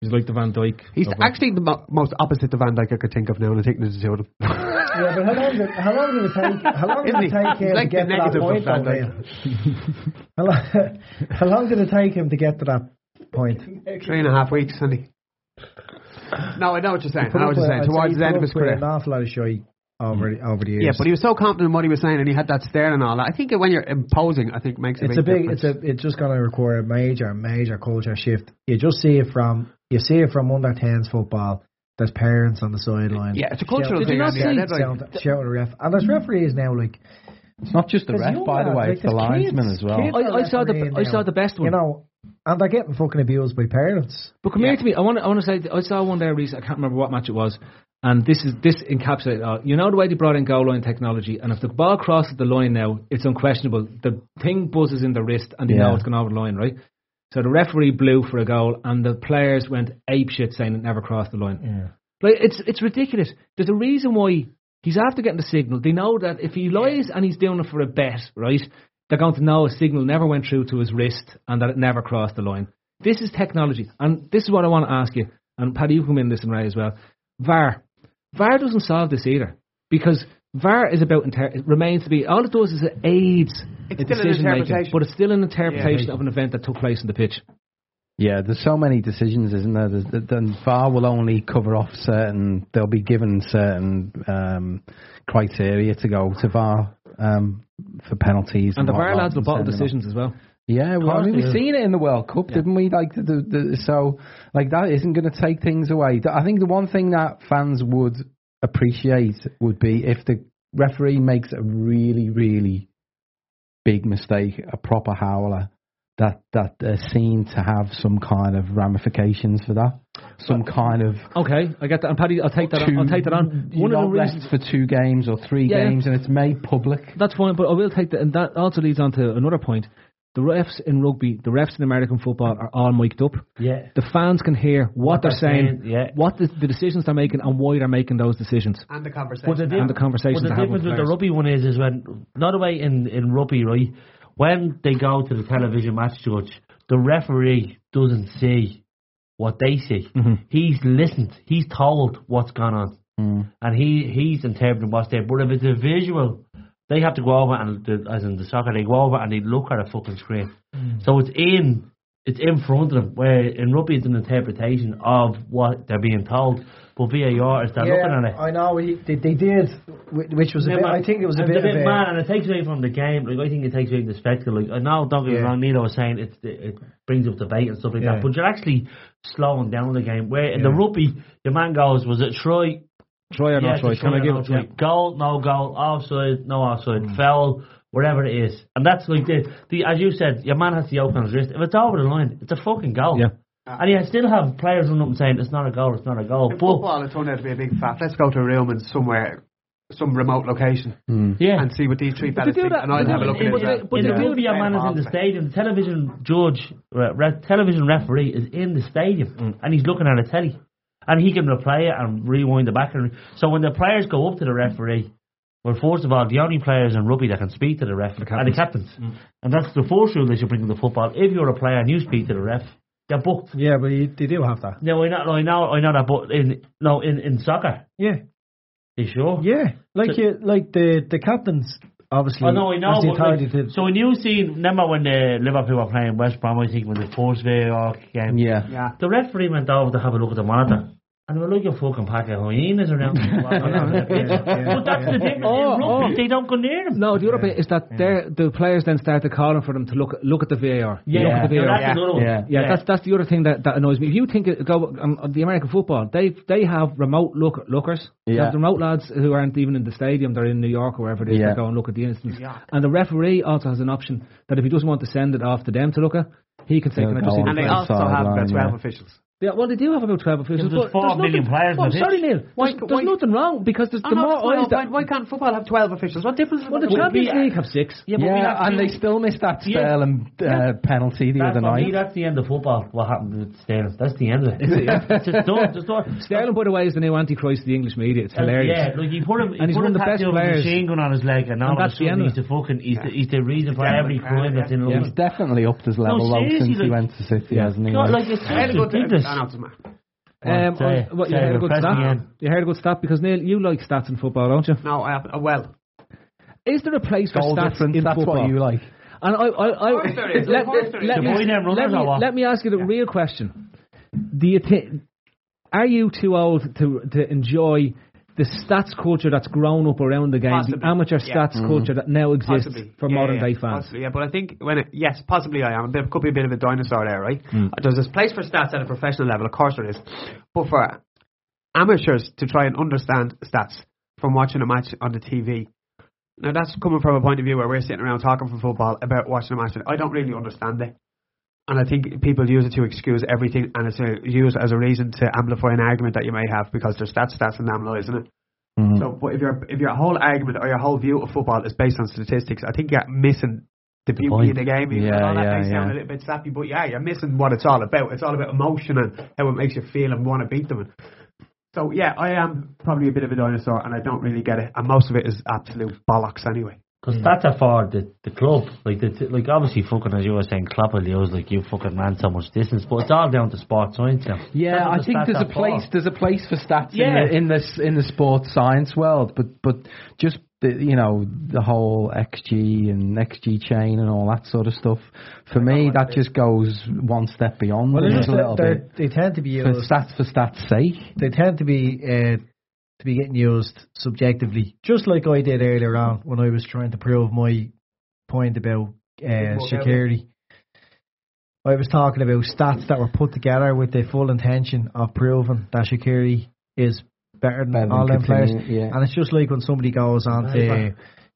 [SPEAKER 10] He's like the Van Dijk.
[SPEAKER 15] He's
[SPEAKER 10] of-
[SPEAKER 15] actually the mo- most opposite to Van Dyke I could think of now, and I think this is him.
[SPEAKER 6] Yeah, but how long did how long did it take? How long did
[SPEAKER 15] Isn't
[SPEAKER 6] it
[SPEAKER 15] he?
[SPEAKER 6] take him
[SPEAKER 15] Like
[SPEAKER 6] to get
[SPEAKER 15] the
[SPEAKER 6] to that
[SPEAKER 15] negative of
[SPEAKER 6] point?
[SPEAKER 15] Van
[SPEAKER 6] though, Liam? how, long, how long did it take him to get to that point?
[SPEAKER 15] Three and a half weeks, isn't he? No, I know what you're saying. I
[SPEAKER 6] Put
[SPEAKER 15] know what
[SPEAKER 6] up
[SPEAKER 15] you're
[SPEAKER 6] with-
[SPEAKER 15] saying.
[SPEAKER 6] I'd
[SPEAKER 15] Towards
[SPEAKER 6] say
[SPEAKER 15] the end
[SPEAKER 6] put
[SPEAKER 15] of his
[SPEAKER 6] up with
[SPEAKER 15] career.
[SPEAKER 6] an awful lot of shite over the- over the years.
[SPEAKER 15] Yeah, but he was so confident in what he was saying, and he had that stare and all that. I think when you're imposing, I think it makes a
[SPEAKER 6] it's
[SPEAKER 15] big
[SPEAKER 6] a big,
[SPEAKER 15] difference.
[SPEAKER 6] it's a, it's just going to require a major, major culture shift. You just see it from, you see it from under tens football. There's parents on the sideline.
[SPEAKER 15] Yeah, it's a cultural
[SPEAKER 6] Shout-
[SPEAKER 15] thing,
[SPEAKER 6] Did
[SPEAKER 15] Andy.
[SPEAKER 6] you not
[SPEAKER 15] That's
[SPEAKER 6] see
[SPEAKER 15] like-
[SPEAKER 6] shout- shout at the ref? And there's referees now, like
[SPEAKER 1] It's not just the
[SPEAKER 6] There's
[SPEAKER 1] ref,
[SPEAKER 6] young
[SPEAKER 1] by the
[SPEAKER 6] lads,
[SPEAKER 1] way,
[SPEAKER 6] like,
[SPEAKER 1] it's the
[SPEAKER 6] there's kids.
[SPEAKER 1] linesman as well.
[SPEAKER 6] Kids
[SPEAKER 10] I- I
[SPEAKER 6] are
[SPEAKER 10] saw the-
[SPEAKER 6] refereeing
[SPEAKER 10] I
[SPEAKER 6] now.
[SPEAKER 10] saw the best one.
[SPEAKER 6] You know, and they're getting fucking abused by parents.
[SPEAKER 10] But come here to me. I want to. I want to say. I saw one there recently. I can't remember what match it was. And this is this encapsulated it all. You know the way they brought in goal line technology, and if the ball crosses the line now, it's unquestionable. The thing buzzes in the wrist, and they know
[SPEAKER 1] Yeah.
[SPEAKER 10] it's going over the line, right? So the referee blew for a goal, and the players went ape shit, saying it never crossed the line. Like it's it's ridiculous. There's a reason why he's after getting the signal. They know that if he lies and he's doing it for a bet, right? they're going to know a signal never went through to his wrist and that it never crossed the line. This is technology, and this is what I want to ask you. And Paddy, you come in this and Ray as well. VAR, VAR doesn't solve this either because VAR is about inter- it remains to be all it does is it aids
[SPEAKER 6] It's
[SPEAKER 10] the
[SPEAKER 6] still an
[SPEAKER 10] decision making,
[SPEAKER 6] interpretation.
[SPEAKER 10] but it's still an interpretation
[SPEAKER 8] Yeah.
[SPEAKER 10] of an event that took place on the pitch.
[SPEAKER 8] Yeah, there's so many decisions, isn't there? There's, the, the VAR will only cover off certain. They'll be given certain um, criteria to go to VAR um, for penalties.
[SPEAKER 10] And the
[SPEAKER 8] whatnot
[SPEAKER 10] VAR lads will
[SPEAKER 8] and
[SPEAKER 10] bottle
[SPEAKER 8] sending off.
[SPEAKER 10] decisions as well.
[SPEAKER 8] Yeah, well, I
[SPEAKER 10] course
[SPEAKER 8] mean,
[SPEAKER 10] they
[SPEAKER 8] we've
[SPEAKER 10] do.
[SPEAKER 8] seen it in the World Cup, didn't we? Like, the, the, the, so, like that isn't going to take things away. Th- I think the one thing that fans would appreciate would be if the referee makes a really, really big mistake, a proper howler, that that uh, seemed to have some kind of ramifications for that, some kind of
[SPEAKER 10] Okay, I get that. And Paddy, I'll take that. On, I'll take that on.
[SPEAKER 8] One
[SPEAKER 10] One
[SPEAKER 8] you
[SPEAKER 10] of the
[SPEAKER 8] of
[SPEAKER 10] reasons
[SPEAKER 8] rest for two games or three
[SPEAKER 10] Yeah, yeah.
[SPEAKER 8] games, and it's made public.
[SPEAKER 10] That's fine, but I will take that, and that also leads on to another point. The refs in rugby, the refs in American football are all mic'd up.
[SPEAKER 7] Yeah.
[SPEAKER 10] The fans can hear what, they're
[SPEAKER 7] they're
[SPEAKER 10] saying,
[SPEAKER 7] saying, yeah.
[SPEAKER 10] what the, the decisions they're making, and why they're making those decisions.
[SPEAKER 6] And the conversation.
[SPEAKER 7] But the,
[SPEAKER 10] And the conversations
[SPEAKER 7] but the
[SPEAKER 10] I have with
[SPEAKER 7] difference with the
[SPEAKER 10] players.
[SPEAKER 7] rugby one is, is when, not the way in, in rugby, right? When they go to the television match judge, the referee doesn't see what they see.
[SPEAKER 10] Mm-hmm.
[SPEAKER 7] He's listened. He's told what's gone on.
[SPEAKER 10] Mm.
[SPEAKER 7] And he, he's interpreting what's there. But if it's a visual, they have to go over and, the, as in the soccer, they go over and they look at a fucking screen.
[SPEAKER 10] Mm.
[SPEAKER 7] So it's in it's in front of them. Where in rugby it's an interpretation of what they're being told, but VAR is they're looking at it.
[SPEAKER 16] I know. he- They, they did, whi- which was a
[SPEAKER 7] Yeah,
[SPEAKER 16] bit.
[SPEAKER 7] but
[SPEAKER 16] I think it was a
[SPEAKER 7] it's
[SPEAKER 16] bit, of a,
[SPEAKER 7] mad, and it takes away from the game. Like I think it takes away from the spectacle. Like I know, don't get me
[SPEAKER 16] Yeah.
[SPEAKER 7] wrong. Nito was saying it, it it brings up debate and stuff like
[SPEAKER 16] Yeah.
[SPEAKER 7] that, but you're actually slowing down the game. Where in the
[SPEAKER 16] Yeah.
[SPEAKER 7] rugby, your man goes, was it Troy?
[SPEAKER 10] Troy or
[SPEAKER 7] yeah,
[SPEAKER 10] not Troy?
[SPEAKER 7] it's a
[SPEAKER 10] Can I
[SPEAKER 7] or
[SPEAKER 10] give
[SPEAKER 7] not
[SPEAKER 10] it?
[SPEAKER 7] Troy.
[SPEAKER 10] Yeah.
[SPEAKER 7] Goal, no goal, offside, no offside,
[SPEAKER 16] Mm.
[SPEAKER 7] foul, whatever it is, and that's like the, the as you said, your man has the open his wrist. If it's over the line, it's a fucking goal. Yeah. And you still have players running up and saying it's not a goal, it's not a goal.
[SPEAKER 6] In
[SPEAKER 7] But
[SPEAKER 6] football, it turned out to be a big faff. Let's go to a room and somewhere, some remote location,
[SPEAKER 7] Yeah.
[SPEAKER 6] and see what these three
[SPEAKER 7] But they
[SPEAKER 6] fellas think, and I'll have a look at it.
[SPEAKER 7] But
[SPEAKER 6] as well.
[SPEAKER 7] they- but the rugby man is in the stadium. The television judge, re- re- television referee is in the stadium,
[SPEAKER 6] Mm.
[SPEAKER 7] and he's looking at a telly, and he can replay it and rewind the back. And so when the players go up to the referee, well, first of all, the only players in rugby that can speak to the ref are the captains,
[SPEAKER 6] Mm.
[SPEAKER 7] and that's the first rule they should bring to the football. If you're a player and you speak to the ref, they're booked.
[SPEAKER 16] Yeah, but you, they do have that.
[SPEAKER 7] No, I know, I know, I know that, but in no, in, in soccer,
[SPEAKER 16] Yeah.
[SPEAKER 7] you sure?
[SPEAKER 16] Yeah, like
[SPEAKER 7] So-
[SPEAKER 16] you, like the the captains obviously.
[SPEAKER 7] Oh no, I know.
[SPEAKER 16] has the
[SPEAKER 7] But like,
[SPEAKER 16] authority to-
[SPEAKER 7] so when you see, remember when uh, Liverpool were playing West Brom, I think it was the fourth VAR game.
[SPEAKER 8] Yeah.
[SPEAKER 6] Yeah.
[SPEAKER 7] The referee went over to have a look at the monitor. And they were like, you fucking pack of hyenas around. but that's the difference.
[SPEAKER 10] Oh,
[SPEAKER 7] in rugby, they don't go near them.
[SPEAKER 10] No, the other bit is that they're the players then started calling for them to look look at the VAR. look at the
[SPEAKER 7] Yeah,
[SPEAKER 10] VAR.
[SPEAKER 7] that's another one.
[SPEAKER 10] Yeah,
[SPEAKER 7] Yeah.
[SPEAKER 10] that's that's the other thing that, that annoys me. If you think it- go um, the American football, they they have remote look lookers. They
[SPEAKER 8] Yeah.
[SPEAKER 10] have the remote lads who aren't even in the stadium. They're in New York or wherever it is.
[SPEAKER 8] Yeah.
[SPEAKER 10] They go and look at the instance. And the referee also has an option that if he doesn't want to send it off to them to look at, he can say,
[SPEAKER 8] They'll
[SPEAKER 10] "Can I just
[SPEAKER 8] go
[SPEAKER 10] see?"
[SPEAKER 8] on
[SPEAKER 10] the
[SPEAKER 6] And they
[SPEAKER 8] the
[SPEAKER 10] play?"
[SPEAKER 6] also have
[SPEAKER 8] sideline,
[SPEAKER 6] about 12
[SPEAKER 8] yeah.
[SPEAKER 6] officials.
[SPEAKER 10] Yeah, well, they do have about twelve officials.
[SPEAKER 7] there's
[SPEAKER 10] but
[SPEAKER 7] four
[SPEAKER 10] nothing-
[SPEAKER 7] million players in
[SPEAKER 10] Well,
[SPEAKER 7] the
[SPEAKER 10] sorry, Neil. There's,
[SPEAKER 6] Why-
[SPEAKER 10] there's
[SPEAKER 6] why-
[SPEAKER 10] nothing wrong because there's
[SPEAKER 6] Oh,
[SPEAKER 10] the
[SPEAKER 6] no, that's my
[SPEAKER 10] more eyes
[SPEAKER 6] whole
[SPEAKER 10] that.
[SPEAKER 6] point. Why can't football have 12 officials? What difference does
[SPEAKER 10] Well,
[SPEAKER 6] it
[SPEAKER 10] the
[SPEAKER 6] make?
[SPEAKER 10] Champions League have six.
[SPEAKER 7] Yeah, but we have
[SPEAKER 8] Yeah, and
[SPEAKER 7] two-
[SPEAKER 8] they still missed that
[SPEAKER 7] Yeah.
[SPEAKER 8] Sterling uh, penalty the
[SPEAKER 7] That's
[SPEAKER 8] other
[SPEAKER 7] for
[SPEAKER 8] night.
[SPEAKER 7] me, that's the end of football. What happened with Sterling? That's the end of it. It's just done. Just done.
[SPEAKER 10] Sterling, by the way, is the new antichrist of the English media. It's hilarious.
[SPEAKER 7] Uh, Yeah, like he put him, he
[SPEAKER 10] And he's
[SPEAKER 7] put
[SPEAKER 10] one
[SPEAKER 7] a
[SPEAKER 10] of the
[SPEAKER 7] tattoo
[SPEAKER 10] best
[SPEAKER 7] of a
[SPEAKER 10] players.
[SPEAKER 7] machine gun on his leg, and now
[SPEAKER 10] And
[SPEAKER 7] all of
[SPEAKER 10] that's
[SPEAKER 7] a
[SPEAKER 10] the end
[SPEAKER 7] sudden
[SPEAKER 10] of
[SPEAKER 7] he's the fucking, he's, the, he's the reason for every crime that's in London.
[SPEAKER 8] He's definitely upped his level though
[SPEAKER 7] seriously,
[SPEAKER 8] since he
[SPEAKER 7] like-
[SPEAKER 8] went to City, hasn't he?
[SPEAKER 7] God,
[SPEAKER 8] Like-
[SPEAKER 7] like it's
[SPEAKER 6] I had a
[SPEAKER 7] so
[SPEAKER 6] good
[SPEAKER 7] ridiculous.
[SPEAKER 6] I know it doesn't matter.
[SPEAKER 10] Um,
[SPEAKER 7] Well, say-
[SPEAKER 10] on- what, you
[SPEAKER 7] say
[SPEAKER 10] heard a
[SPEAKER 7] we're
[SPEAKER 10] good
[SPEAKER 7] pressing
[SPEAKER 10] stat.
[SPEAKER 7] in.
[SPEAKER 10] You heard a good stat because Neil, you like stats in football, don't you?
[SPEAKER 6] No, I have, uh, well,
[SPEAKER 10] Is there a place for
[SPEAKER 8] Goal
[SPEAKER 10] stats
[SPEAKER 8] difference,
[SPEAKER 10] in
[SPEAKER 8] that's
[SPEAKER 10] football?
[SPEAKER 8] what you like.
[SPEAKER 10] And I, I, I,
[SPEAKER 6] course there is,
[SPEAKER 10] let,
[SPEAKER 6] of course there is.
[SPEAKER 10] let
[SPEAKER 7] The
[SPEAKER 10] me,
[SPEAKER 7] boy them runners
[SPEAKER 10] let, me,
[SPEAKER 7] or what?
[SPEAKER 10] let me ask you the real question. Do you thi- are you too old to to enjoy the stats culture that's grown up around the game, the
[SPEAKER 6] Possibly,
[SPEAKER 10] amateur
[SPEAKER 6] yeah.
[SPEAKER 10] stats
[SPEAKER 8] Mm-hmm.
[SPEAKER 10] culture that now exists
[SPEAKER 6] possibly.
[SPEAKER 10] for
[SPEAKER 6] Yeah,
[SPEAKER 10] modern
[SPEAKER 6] yeah,
[SPEAKER 10] day fans?
[SPEAKER 6] Possibly, yeah, but I think when it, yes, possibly I am. There could be a bit of a dinosaur there, right?
[SPEAKER 8] Hmm.
[SPEAKER 6] There's this place for stats at a professional level, of course there is, but for amateurs to try and understand stats from watching a match on the TV. Now that's coming from a point of view where we're sitting around talking from football about watching a match. and I don't really understand it. And I think people use it to excuse everything and it's uh, used as a reason to amplify an argument that you may have because there's stats, stats, and damn lies in it.
[SPEAKER 8] Mm-hmm.
[SPEAKER 6] So, but if your if your whole argument or your whole view of football is based on statistics, I think you're missing the beauty
[SPEAKER 7] point.
[SPEAKER 6] of the game. Even
[SPEAKER 8] Yeah,
[SPEAKER 6] though that
[SPEAKER 8] yeah,
[SPEAKER 6] may sound
[SPEAKER 8] yeah.
[SPEAKER 6] a little bit sappy, but yeah, you're missing what it's all about. It's all about emotion and how it makes you feel and want to beat them. So yeah, I am probably a bit of a dinosaur, and I don't really get it. And most of it is absolute bollocks anyway.
[SPEAKER 7] Because that's a far the, the club. Like the, t- like obviously fucking as you were saying, Klopp will use like you fucking ran so much distance, but it's all down to sports science now.
[SPEAKER 17] Yeah, I
[SPEAKER 7] That's what the
[SPEAKER 17] think
[SPEAKER 7] stats
[SPEAKER 17] there's
[SPEAKER 7] are
[SPEAKER 17] a place
[SPEAKER 7] for.
[SPEAKER 17] there's a place for stats
[SPEAKER 7] Yeah.
[SPEAKER 17] in, the, in this in the sports science world, but but just the, you know the whole XG and XG chain and all that sort of stuff. For me, that just goes one step beyond.
[SPEAKER 6] Well,
[SPEAKER 17] it
[SPEAKER 6] it's
[SPEAKER 17] just a
[SPEAKER 6] that
[SPEAKER 17] little
[SPEAKER 6] they're-
[SPEAKER 17] bit.
[SPEAKER 6] they tend to be
[SPEAKER 17] for
[SPEAKER 6] used-
[SPEAKER 17] stats for stats' sake.
[SPEAKER 6] They tend to be uh, to be getting used subjectively, just like I did earlier on when I was trying to prove my point about uh,
[SPEAKER 18] Workout.
[SPEAKER 6] security. I was talking about stats that were put together with the full intention of proving that security is better than
[SPEAKER 17] Better than
[SPEAKER 6] all them players.
[SPEAKER 17] continue, yeah.
[SPEAKER 6] And it's just like when somebody goes on to
[SPEAKER 17] Labour.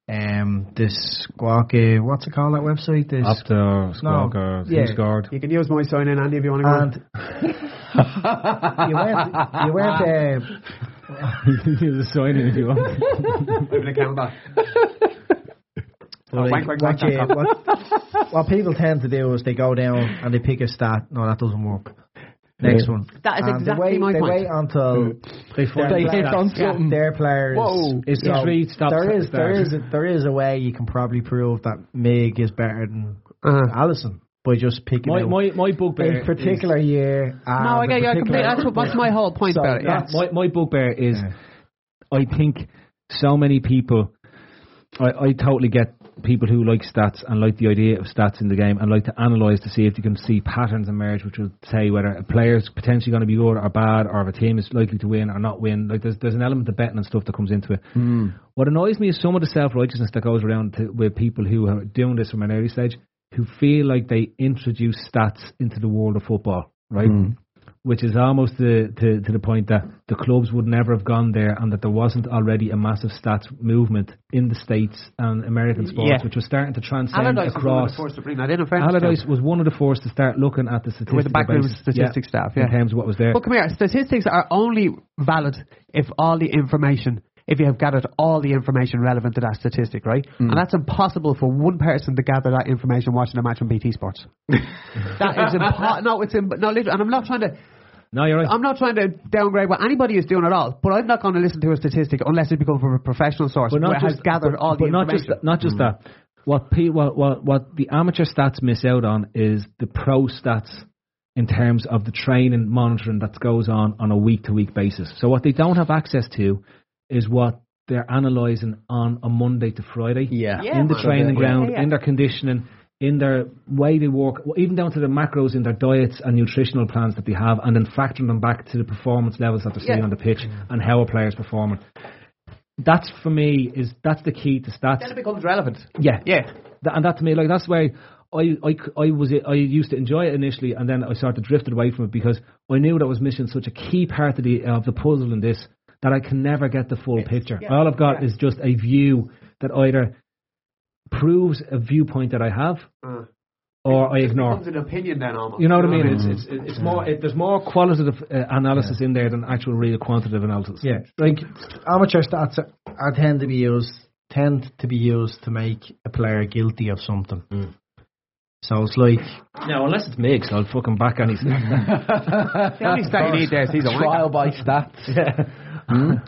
[SPEAKER 6] um, this squawk, uh, what's it called, that website? This
[SPEAKER 10] Opta or Squawk
[SPEAKER 6] no,
[SPEAKER 10] or
[SPEAKER 6] yeah.
[SPEAKER 10] WhoScored.
[SPEAKER 8] You can use my sign in, Andy, if you want to go.
[SPEAKER 6] And you went, you went, uh,
[SPEAKER 10] Use a sign in if you want.
[SPEAKER 8] Moving the camera back.
[SPEAKER 6] Well,
[SPEAKER 8] Wank,
[SPEAKER 6] like,
[SPEAKER 8] wank, wank,
[SPEAKER 6] what, you- what- what people tend to do is they go down and they pick a stat. No, that doesn't work. Next
[SPEAKER 8] Yeah.
[SPEAKER 6] one.
[SPEAKER 8] That is
[SPEAKER 6] And
[SPEAKER 8] exactly
[SPEAKER 6] they wait,
[SPEAKER 8] my
[SPEAKER 6] they
[SPEAKER 8] point.
[SPEAKER 6] wait until they find
[SPEAKER 8] They
[SPEAKER 6] out
[SPEAKER 8] hit
[SPEAKER 6] that
[SPEAKER 8] on something.
[SPEAKER 6] Their players.
[SPEAKER 8] Whoa. It's just read stats
[SPEAKER 6] there
[SPEAKER 8] at
[SPEAKER 6] is
[SPEAKER 8] the
[SPEAKER 6] there
[SPEAKER 8] start.
[SPEAKER 6] is a, there is a way you can probably prove that Mig is better than Allison by just picking
[SPEAKER 18] My-
[SPEAKER 6] out
[SPEAKER 18] my- my bugbear
[SPEAKER 6] a particular year. and
[SPEAKER 18] No, I
[SPEAKER 6] a
[SPEAKER 18] get you, I
[SPEAKER 6] particular-
[SPEAKER 18] complete- that's what- that's my whole point
[SPEAKER 6] So
[SPEAKER 18] about it, yeah.
[SPEAKER 6] that's-
[SPEAKER 10] My, my bugbear is, I think so many people. I, I totally get people who like stats and like the idea of stats in the game and like to analyse to see if you can see patterns emerge, which will say whether a player's potentially going to be good or bad, or if a team is likely to win or not win. Like there's there's an element of betting and stuff that comes into it. What annoys me is some of the self righteousness that goes around to, with people who are doing this from an early stage, who feel like they introduce stats into the world of football, right?
[SPEAKER 8] Hmm.
[SPEAKER 10] Which is almost the, to, to the point that the clubs would never have gone there and that there wasn't already a massive stats movement in the States and American sports,
[SPEAKER 8] Yeah.
[SPEAKER 10] which was starting to transcend
[SPEAKER 8] Allardyce was one of
[SPEAKER 10] across.
[SPEAKER 8] the first to bring that in. in fairness to him.
[SPEAKER 10] Allardyce was one of the first to start looking at the statistics.
[SPEAKER 18] With the backroom statistics
[SPEAKER 10] yeah,
[SPEAKER 18] stuff, yeah.
[SPEAKER 10] In terms of what was there.
[SPEAKER 18] But come here, statistics are only valid if all the information, if you have gathered all the information relevant to that statistic, right?
[SPEAKER 10] Mm.
[SPEAKER 18] And that's impossible for one person to gather that information watching a match on BT Sports. that is impossible. No, it's imp- no, literally, and I'm not trying to.
[SPEAKER 10] No, you're right.
[SPEAKER 18] I'm not trying to downgrade what anybody is doing at all, but I'm not going to listen to a statistic unless it becomes from a professional source
[SPEAKER 10] But
[SPEAKER 18] where
[SPEAKER 10] not
[SPEAKER 18] it
[SPEAKER 10] just
[SPEAKER 18] has gathered
[SPEAKER 10] but-
[SPEAKER 18] all the
[SPEAKER 10] but not
[SPEAKER 18] information. Mm.
[SPEAKER 10] just that- not just that. What, pe- what what what the amateur stats miss out on is the pro stats in terms of the training monitoring that goes on on a week to week basis. So what they don't have access to is what they're analysing on a Monday to Friday. Yeah.
[SPEAKER 18] Yeah.
[SPEAKER 10] in the
[SPEAKER 18] Yeah.
[SPEAKER 10] training
[SPEAKER 18] Yeah,
[SPEAKER 10] ground,
[SPEAKER 18] yeah.
[SPEAKER 10] in their conditioning, in their way they work, well, even down to the macros in their diets and nutritional plans that they have, and then factoring them back to the performance levels that they're seeing
[SPEAKER 18] Yeah.
[SPEAKER 10] on the pitch and how a player's performing. That's for me is that's the key to stats.
[SPEAKER 18] Then it becomes relevant.
[SPEAKER 10] Yeah,
[SPEAKER 18] yeah.
[SPEAKER 10] Th- and that to me, like that's why I, I, c- I was I used to enjoy it initially, and then I started drifted away from it because I knew that was missing such a key part of the of the puzzle in this that I can never get the full picture.
[SPEAKER 18] yeah,
[SPEAKER 10] All I've got is just a view that either proves a viewpoint that I have,
[SPEAKER 18] Mm.
[SPEAKER 8] Uh,
[SPEAKER 10] or I ignore.
[SPEAKER 8] It's an opinion then almost.
[SPEAKER 10] You know what I mean? It's it's it's, it's more it, there's more qualitative uh, analysis in there than actual real quantitative analysis.
[SPEAKER 6] Yeah, like amateur stats are, are tend to be used tend to be used to make a player guilty of something. So it's like
[SPEAKER 10] Now, Hmm. unless it's Migs, I'll fucking back anything.
[SPEAKER 6] the
[SPEAKER 18] only stat you need there is he's a wanker.
[SPEAKER 6] trial
[SPEAKER 17] by stats.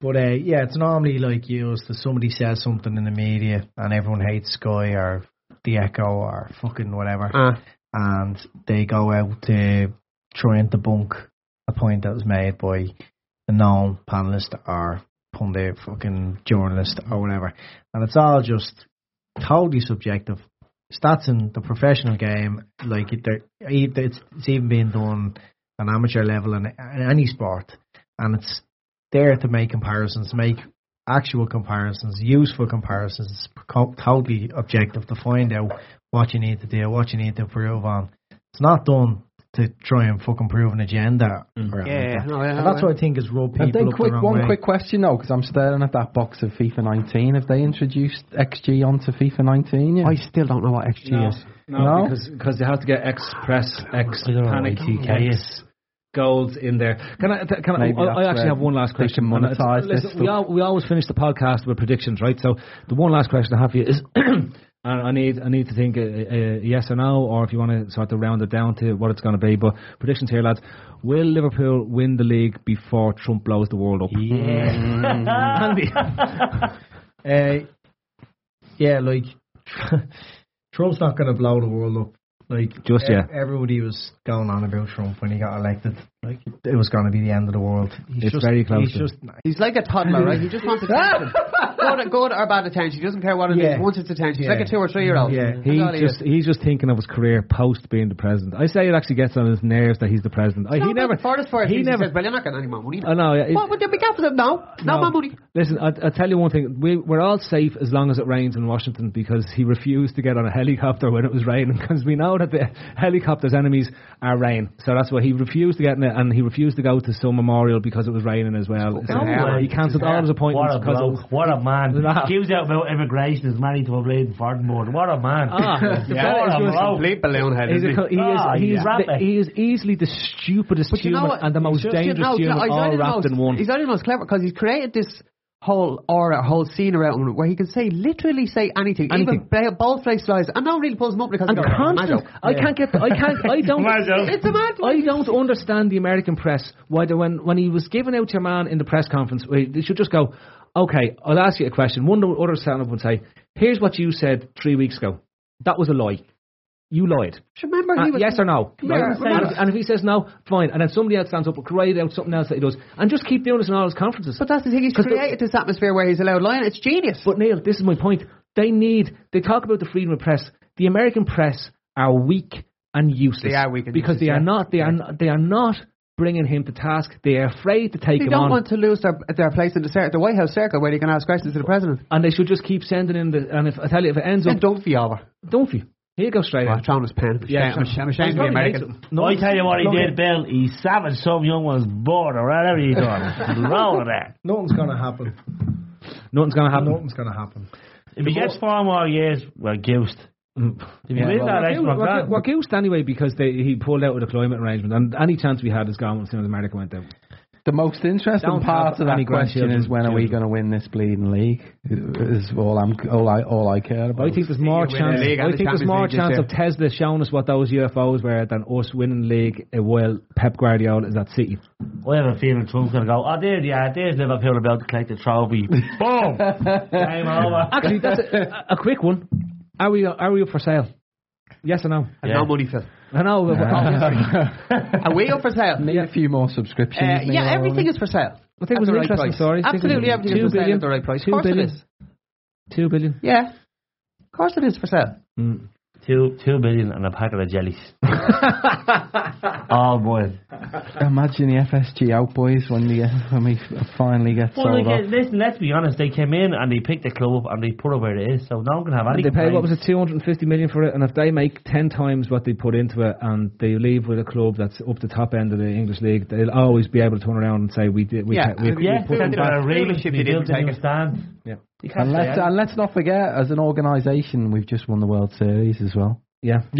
[SPEAKER 6] But uh, yeah, it's normally like used that somebody says something in the media and everyone hates Sky or the Echo or fucking whatever,
[SPEAKER 8] Uh.
[SPEAKER 6] and they go out to try and debunk a point that was made by a known panelist or pundit, fucking journalist or whatever, and it's all just totally subjective. Stats in the professional game, like it- they're- it's, it's even being done on amateur level in, in any sport, and it's there to make comparisons, make actual comparisons, useful comparisons. It's co- totally objective to find out what you need to do, what you need to improve on. It's not done to try and fucking prove an agenda. Or
[SPEAKER 17] Yeah,
[SPEAKER 6] anything like that.
[SPEAKER 17] no, yeah,
[SPEAKER 6] and that's
[SPEAKER 17] no,
[SPEAKER 6] what I think is rub people
[SPEAKER 17] Have they
[SPEAKER 6] up
[SPEAKER 17] quick
[SPEAKER 6] the wrong
[SPEAKER 17] one
[SPEAKER 6] way.
[SPEAKER 17] quick question though? Because I'm staring at that box of FIFA 19. Have they introduced XG onto FIFA 19? yet? I
[SPEAKER 18] still don't know what XG
[SPEAKER 10] No,
[SPEAKER 17] is.
[SPEAKER 10] no, because because they have to get X press, X panic,
[SPEAKER 17] ITK
[SPEAKER 10] X goals in there. Can I? Can I?
[SPEAKER 17] Maybe
[SPEAKER 10] I,
[SPEAKER 17] that's
[SPEAKER 10] I actually
[SPEAKER 17] where
[SPEAKER 10] have one last
[SPEAKER 17] they
[SPEAKER 10] question.
[SPEAKER 17] can
[SPEAKER 10] and it's-
[SPEAKER 17] monetize this
[SPEAKER 10] listen, we,
[SPEAKER 17] stuff.
[SPEAKER 10] al- we always finish the podcast with predictions, right? So the one last question I have for you is, and I need I need to think a, a yes or no, or if you want to sort of round it down to what it's going to be. But predictions here, lads. Will Liverpool win the league before Trump blows the world up?
[SPEAKER 6] Yeah. uh,
[SPEAKER 4] yeah, like Trump's not going to blow the world up. Like
[SPEAKER 6] Just
[SPEAKER 4] e-
[SPEAKER 6] yet.
[SPEAKER 4] everybody was going on about Trump when he got elected. Like it was going to be the end of the world. He's
[SPEAKER 6] It's
[SPEAKER 4] just,
[SPEAKER 6] very close
[SPEAKER 4] He's
[SPEAKER 6] to
[SPEAKER 4] just
[SPEAKER 8] He's like a toddler, right? He just wants attention. good, good or bad attention. He doesn't care what it is.
[SPEAKER 4] Yeah.
[SPEAKER 8] He wants its attention. He's
[SPEAKER 4] Yeah.
[SPEAKER 8] like a two or three year old.
[SPEAKER 4] Yeah.
[SPEAKER 6] He just he's just thinking of his career post being the president. I say it actually gets on his nerves that he's the president. I- he never.
[SPEAKER 8] For this for
[SPEAKER 6] he
[SPEAKER 8] he
[SPEAKER 6] never-
[SPEAKER 8] Says, well, you're not getting any more money.
[SPEAKER 6] I know, yeah, it-
[SPEAKER 8] What would they be getting them now? Not my money.
[SPEAKER 6] Listen, I, I'll tell you one thing. We, we're all safe as long as it rains in Washington because he refused to get on a helicopter when it was raining because we know that the helicopter's enemies are rain. So that's why he refused to get in it and he refused to go to some memorial because it was raining as well. So
[SPEAKER 7] hell.
[SPEAKER 6] he cancelled all his appointments
[SPEAKER 7] What a
[SPEAKER 6] because it was
[SPEAKER 7] bloke. What a man.
[SPEAKER 6] Nah.
[SPEAKER 7] Gives out about immigration is married to a blade in Farnborn. What a man.
[SPEAKER 6] Ah, the fella
[SPEAKER 7] What
[SPEAKER 6] is
[SPEAKER 7] a
[SPEAKER 6] just
[SPEAKER 7] bloke.
[SPEAKER 6] complete He's a co- he, is,
[SPEAKER 7] Ah,
[SPEAKER 6] he, is
[SPEAKER 7] yeah.
[SPEAKER 6] the, he is easily the stupidest
[SPEAKER 8] But you know
[SPEAKER 6] human
[SPEAKER 8] what?
[SPEAKER 6] and the most
[SPEAKER 8] He's just-
[SPEAKER 6] dangerous
[SPEAKER 8] no, do you know,
[SPEAKER 6] human
[SPEAKER 8] he's only
[SPEAKER 6] all
[SPEAKER 8] the
[SPEAKER 6] wrapped
[SPEAKER 8] most-
[SPEAKER 6] in one.
[SPEAKER 8] He's only the most clever because he's created this whole aura, whole scene around him where he can say literally say anything,
[SPEAKER 6] Anything.
[SPEAKER 8] even ba- both face lies, and no one really pulls him up because
[SPEAKER 6] and
[SPEAKER 8] he goes,
[SPEAKER 6] constant.
[SPEAKER 8] "Mazo."
[SPEAKER 6] I can't get. I can't. I don't.
[SPEAKER 8] Mazo. It's a mad
[SPEAKER 6] I don't understand the American press. Why they, when when he was giving out your man in the press conference, we- they should just go. Okay, I'll ask you a question. One or other stand up and say, "Here's what you said three weeks ago. That was a lie. You lied."
[SPEAKER 8] Remember, he
[SPEAKER 6] Uh,
[SPEAKER 8] was
[SPEAKER 6] yes or no?
[SPEAKER 8] Come here,
[SPEAKER 6] Right?
[SPEAKER 8] remember-
[SPEAKER 6] And, and if he says no, fine. And then somebody else stands up and create out something else that he does, and just keep doing this in all his conferences.
[SPEAKER 8] But that's the thing. He's
[SPEAKER 6] 'Cause the-
[SPEAKER 8] created this atmosphere where he's allowed lying. It's genius.
[SPEAKER 6] But Neil, this is my point. They need. They talk about the freedom of press. The American press are weak and useless.
[SPEAKER 8] They are weak and useless,
[SPEAKER 6] because they
[SPEAKER 8] yeah.
[SPEAKER 6] are not. They are. Not, they are not bringing him to task. They are afraid to take
[SPEAKER 8] They
[SPEAKER 6] him
[SPEAKER 8] don't
[SPEAKER 6] on.
[SPEAKER 8] want to lose their their place in the cir- the White House circle where they can ask questions to the president.
[SPEAKER 6] and they should just keep sending in the. And if I tell you, if it ends
[SPEAKER 8] Send
[SPEAKER 6] up,
[SPEAKER 8] Dunphy over.
[SPEAKER 6] Dunphy, he'll go straight.
[SPEAKER 8] Oh,
[SPEAKER 6] in.
[SPEAKER 8] Thomas Penn.
[SPEAKER 6] Yeah,
[SPEAKER 8] I'm ashamed- I'm ashamed to be
[SPEAKER 6] Well, he
[SPEAKER 8] American.
[SPEAKER 6] hates him. No,
[SPEAKER 7] I tell you what he
[SPEAKER 6] look
[SPEAKER 7] did,
[SPEAKER 6] at-
[SPEAKER 7] Bill. He savaged some young one's board or whatever he done. Roll of that.
[SPEAKER 4] nothing's going to happen.
[SPEAKER 6] Nothing's gonna happen.
[SPEAKER 4] Nothing's going to happen.
[SPEAKER 7] If he gets four more years, we're goosed. If he
[SPEAKER 6] Yeah,
[SPEAKER 7] wins
[SPEAKER 6] well,
[SPEAKER 7] that race,
[SPEAKER 6] we're goosed-
[SPEAKER 7] we're
[SPEAKER 6] we're
[SPEAKER 7] gone.
[SPEAKER 6] goo- we're goosed anyway because they, he pulled out of the climate arrangement, and any chance we had is gone as soon as America went out.
[SPEAKER 10] The most interesting
[SPEAKER 6] Don't
[SPEAKER 10] part
[SPEAKER 6] have
[SPEAKER 10] of that
[SPEAKER 6] any
[SPEAKER 10] question
[SPEAKER 6] grandchildren,
[SPEAKER 10] is when are we
[SPEAKER 6] children.
[SPEAKER 10] going to win this bleeding league? Is all I'm all I all I care about.
[SPEAKER 6] I think there's more
[SPEAKER 10] win
[SPEAKER 6] chance.
[SPEAKER 10] the league
[SPEAKER 6] I
[SPEAKER 10] and
[SPEAKER 6] think
[SPEAKER 10] the
[SPEAKER 6] there's
[SPEAKER 10] Champions
[SPEAKER 6] more
[SPEAKER 10] League this
[SPEAKER 6] chance
[SPEAKER 10] year.
[SPEAKER 6] of Tesla showing us what those UFOs were than us winning the league uh, while Pep Guardiola is at City.
[SPEAKER 7] I have a feeling Trump's going to go, oh, there, yeah, there's Liverpool about to collect the trophy. Boom! Game over.
[SPEAKER 6] Actually, that's a, a quick one. Are we are we up for sale? Yes or no?
[SPEAKER 8] And no money, Phil.
[SPEAKER 6] I know. but- oh,
[SPEAKER 8] Are we up for sale?
[SPEAKER 10] Need a few more subscriptions.
[SPEAKER 8] Uh,
[SPEAKER 10] Neil,
[SPEAKER 8] yeah, everything
[SPEAKER 10] really.
[SPEAKER 8] is for sale.
[SPEAKER 6] I think it
[SPEAKER 8] At
[SPEAKER 6] was
[SPEAKER 8] the
[SPEAKER 6] an
[SPEAKER 8] right
[SPEAKER 6] interesting
[SPEAKER 8] price.
[SPEAKER 6] story.
[SPEAKER 8] Absolutely everything
[SPEAKER 6] Two
[SPEAKER 8] is for sale
[SPEAKER 6] billion.
[SPEAKER 8] at the right price. Of
[SPEAKER 6] Two
[SPEAKER 8] course it
[SPEAKER 6] billion.
[SPEAKER 8] is.
[SPEAKER 6] Two billion.
[SPEAKER 8] Yeah. Of course it is for sale.
[SPEAKER 6] Mm.
[SPEAKER 7] Two, two billion and a pack of the jellies. Oh, All boys.
[SPEAKER 10] Imagine the FSG out boys when the when we finally get
[SPEAKER 7] Well, like,
[SPEAKER 10] sold off.
[SPEAKER 7] uh, listen, let's be honest. They came in and they picked the club up and they put it where it is, so no one can have any
[SPEAKER 6] And they pay what was
[SPEAKER 7] complaints.
[SPEAKER 6] it, 250 million for it, and if they make 10 times what they put into it, and they leave with a club that's up the top end of the English league, they'll always be able to turn around and say we did. We
[SPEAKER 8] Yeah,
[SPEAKER 6] ca- we,
[SPEAKER 8] and
[SPEAKER 6] we
[SPEAKER 7] Yeah,
[SPEAKER 6] put them
[SPEAKER 7] they
[SPEAKER 6] back."
[SPEAKER 7] were a really
[SPEAKER 8] Ownership,
[SPEAKER 7] they
[SPEAKER 8] they didn't
[SPEAKER 7] built a
[SPEAKER 8] take
[SPEAKER 7] new
[SPEAKER 8] it.
[SPEAKER 7] stand.
[SPEAKER 6] Yeah.
[SPEAKER 7] You can't
[SPEAKER 10] And
[SPEAKER 7] say
[SPEAKER 10] let's,
[SPEAKER 7] that.
[SPEAKER 10] and let's not forget, as an organisation, we've just won the World Series as well.
[SPEAKER 6] Yeah,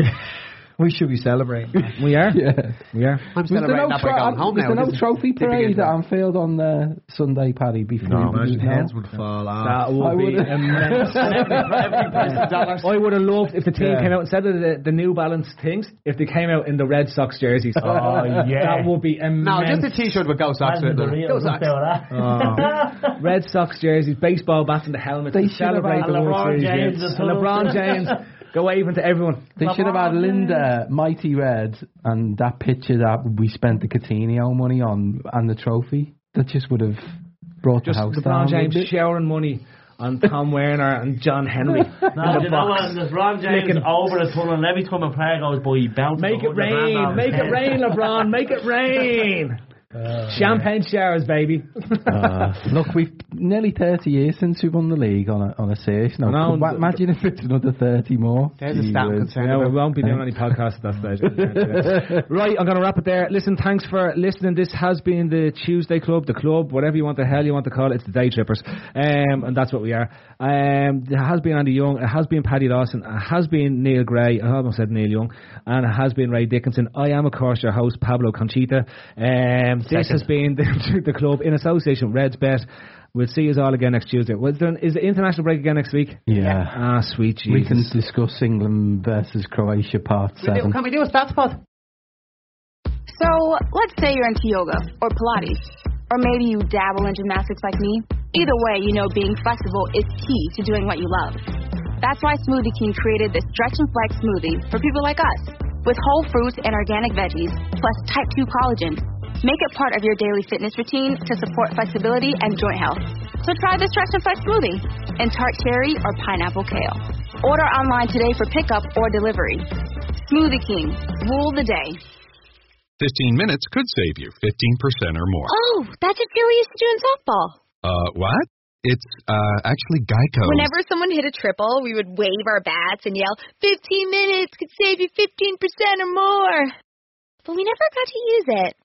[SPEAKER 4] We should be celebrating.
[SPEAKER 6] we are.
[SPEAKER 10] Yeah.
[SPEAKER 6] We are.
[SPEAKER 8] I'm
[SPEAKER 10] Was there
[SPEAKER 8] celebrating
[SPEAKER 10] no,
[SPEAKER 8] that by
[SPEAKER 10] tro-
[SPEAKER 8] going home
[SPEAKER 10] was
[SPEAKER 8] now.
[SPEAKER 10] there no
[SPEAKER 8] This is
[SPEAKER 10] trophy
[SPEAKER 8] typical.
[SPEAKER 10] parade at Anfield on the Sunday, Paddy? Before
[SPEAKER 4] No,
[SPEAKER 10] we
[SPEAKER 4] imagine
[SPEAKER 10] no?
[SPEAKER 4] heads would fall off.
[SPEAKER 6] That would
[SPEAKER 10] I
[SPEAKER 6] be
[SPEAKER 10] would've-
[SPEAKER 6] immense. I would have loved if the team
[SPEAKER 10] Yeah.
[SPEAKER 6] came out instead of the, the New Balance things, if they came out in the Red Sox jerseys.
[SPEAKER 7] Oh, yeah.
[SPEAKER 6] That would be immense.
[SPEAKER 8] No, just a T-shirt with Go Sox
[SPEAKER 7] Imagine
[SPEAKER 8] in
[SPEAKER 7] the
[SPEAKER 8] it.
[SPEAKER 7] real
[SPEAKER 8] Go
[SPEAKER 7] look
[SPEAKER 8] Sox.
[SPEAKER 7] they were at.
[SPEAKER 6] Red Sox jerseys, baseball bats, and the helmets.
[SPEAKER 10] They
[SPEAKER 6] to
[SPEAKER 10] should have
[SPEAKER 6] celebrate
[SPEAKER 10] had
[SPEAKER 6] the World
[SPEAKER 7] LeBron
[SPEAKER 6] Series.
[SPEAKER 7] James
[SPEAKER 6] yes.
[SPEAKER 7] as
[SPEAKER 6] and
[SPEAKER 7] well.
[SPEAKER 6] LeBron James go waving to everyone.
[SPEAKER 10] They should have
[SPEAKER 6] uh,
[SPEAKER 10] had Linda, Mighty Red, and that picture that we spent the Coutinho money on, and the trophy. That just would have brought
[SPEAKER 6] Just
[SPEAKER 10] the house
[SPEAKER 6] LeBron
[SPEAKER 10] down.
[SPEAKER 6] James
[SPEAKER 10] wouldn't it?
[SPEAKER 6] showering money on Tom Werner and John Henry. in
[SPEAKER 7] No,
[SPEAKER 6] the
[SPEAKER 7] you know
[SPEAKER 6] box.
[SPEAKER 7] what? There's Ron James
[SPEAKER 6] Flicking-
[SPEAKER 7] over the tunnel, and every time a player goes by, he bounces.
[SPEAKER 6] Make it
[SPEAKER 7] 100 grand on
[SPEAKER 6] rain,
[SPEAKER 7] his
[SPEAKER 6] make
[SPEAKER 7] head.
[SPEAKER 6] it rain, LeBron, make it rain.
[SPEAKER 7] Uh,
[SPEAKER 6] Champagne showers, baby. Uh,
[SPEAKER 10] Look, we've nearly 30 years since we won the league on a, on a series. No,
[SPEAKER 6] No,
[SPEAKER 10] wa-
[SPEAKER 6] the-
[SPEAKER 10] imagine if it's another 30 more.
[SPEAKER 8] There's a
[SPEAKER 10] Gee
[SPEAKER 8] stat I'm
[SPEAKER 10] whiz.
[SPEAKER 8] concerned
[SPEAKER 6] Yeah, we
[SPEAKER 8] about.
[SPEAKER 6] won't be doing any podcasts at that stage. right, I'm going to wrap it there. Listen, thanks for listening. This has been the Tuesday Club, the club, whatever you want the hell you want to call it. It's the Day Trippers. Um, and that's what we are. Um, it has been Andy Young. It has been Paddy Lawson. It has been Neil Gray. I almost said Neil Young. And it has been Ray Dickinson. I am, of course, your host, Pablo Conchita. Um, this has been the, the club in association with Reds Bet. We'll see you all again next Tuesday. Was there an- Is the international break again next week?
[SPEAKER 10] Yeah.
[SPEAKER 6] Ah, sweet Jesus.
[SPEAKER 10] We can discuss England versus Croatia part
[SPEAKER 8] We do-
[SPEAKER 10] seven.
[SPEAKER 8] Can we do a stats pod?
[SPEAKER 19] So let's say you're into yoga or Pilates, or maybe you dabble in gymnastics like me. Either way, you know being flexible is key to doing what you love. That's why Smoothie King created the Stretch and Flex smoothie for people like us. With whole fruits and organic veggies, plus type 2 collagen, make it part of your daily fitness routine to support flexibility and joint health. So try the Stretch and Flex smoothie in tart cherry or pineapple kale. Order online today for pickup or delivery. Smoothie King, rule the day.
[SPEAKER 1] 15 minutes could save you 15% or more.
[SPEAKER 20] Oh, that's what Joey used to do in softball.
[SPEAKER 1] Uh, what? It's uh, actually Geico.
[SPEAKER 20] Whenever someone hit a triple, we would wave our bats and yell, 15 minutes could save you 15% or more. But we never got to use it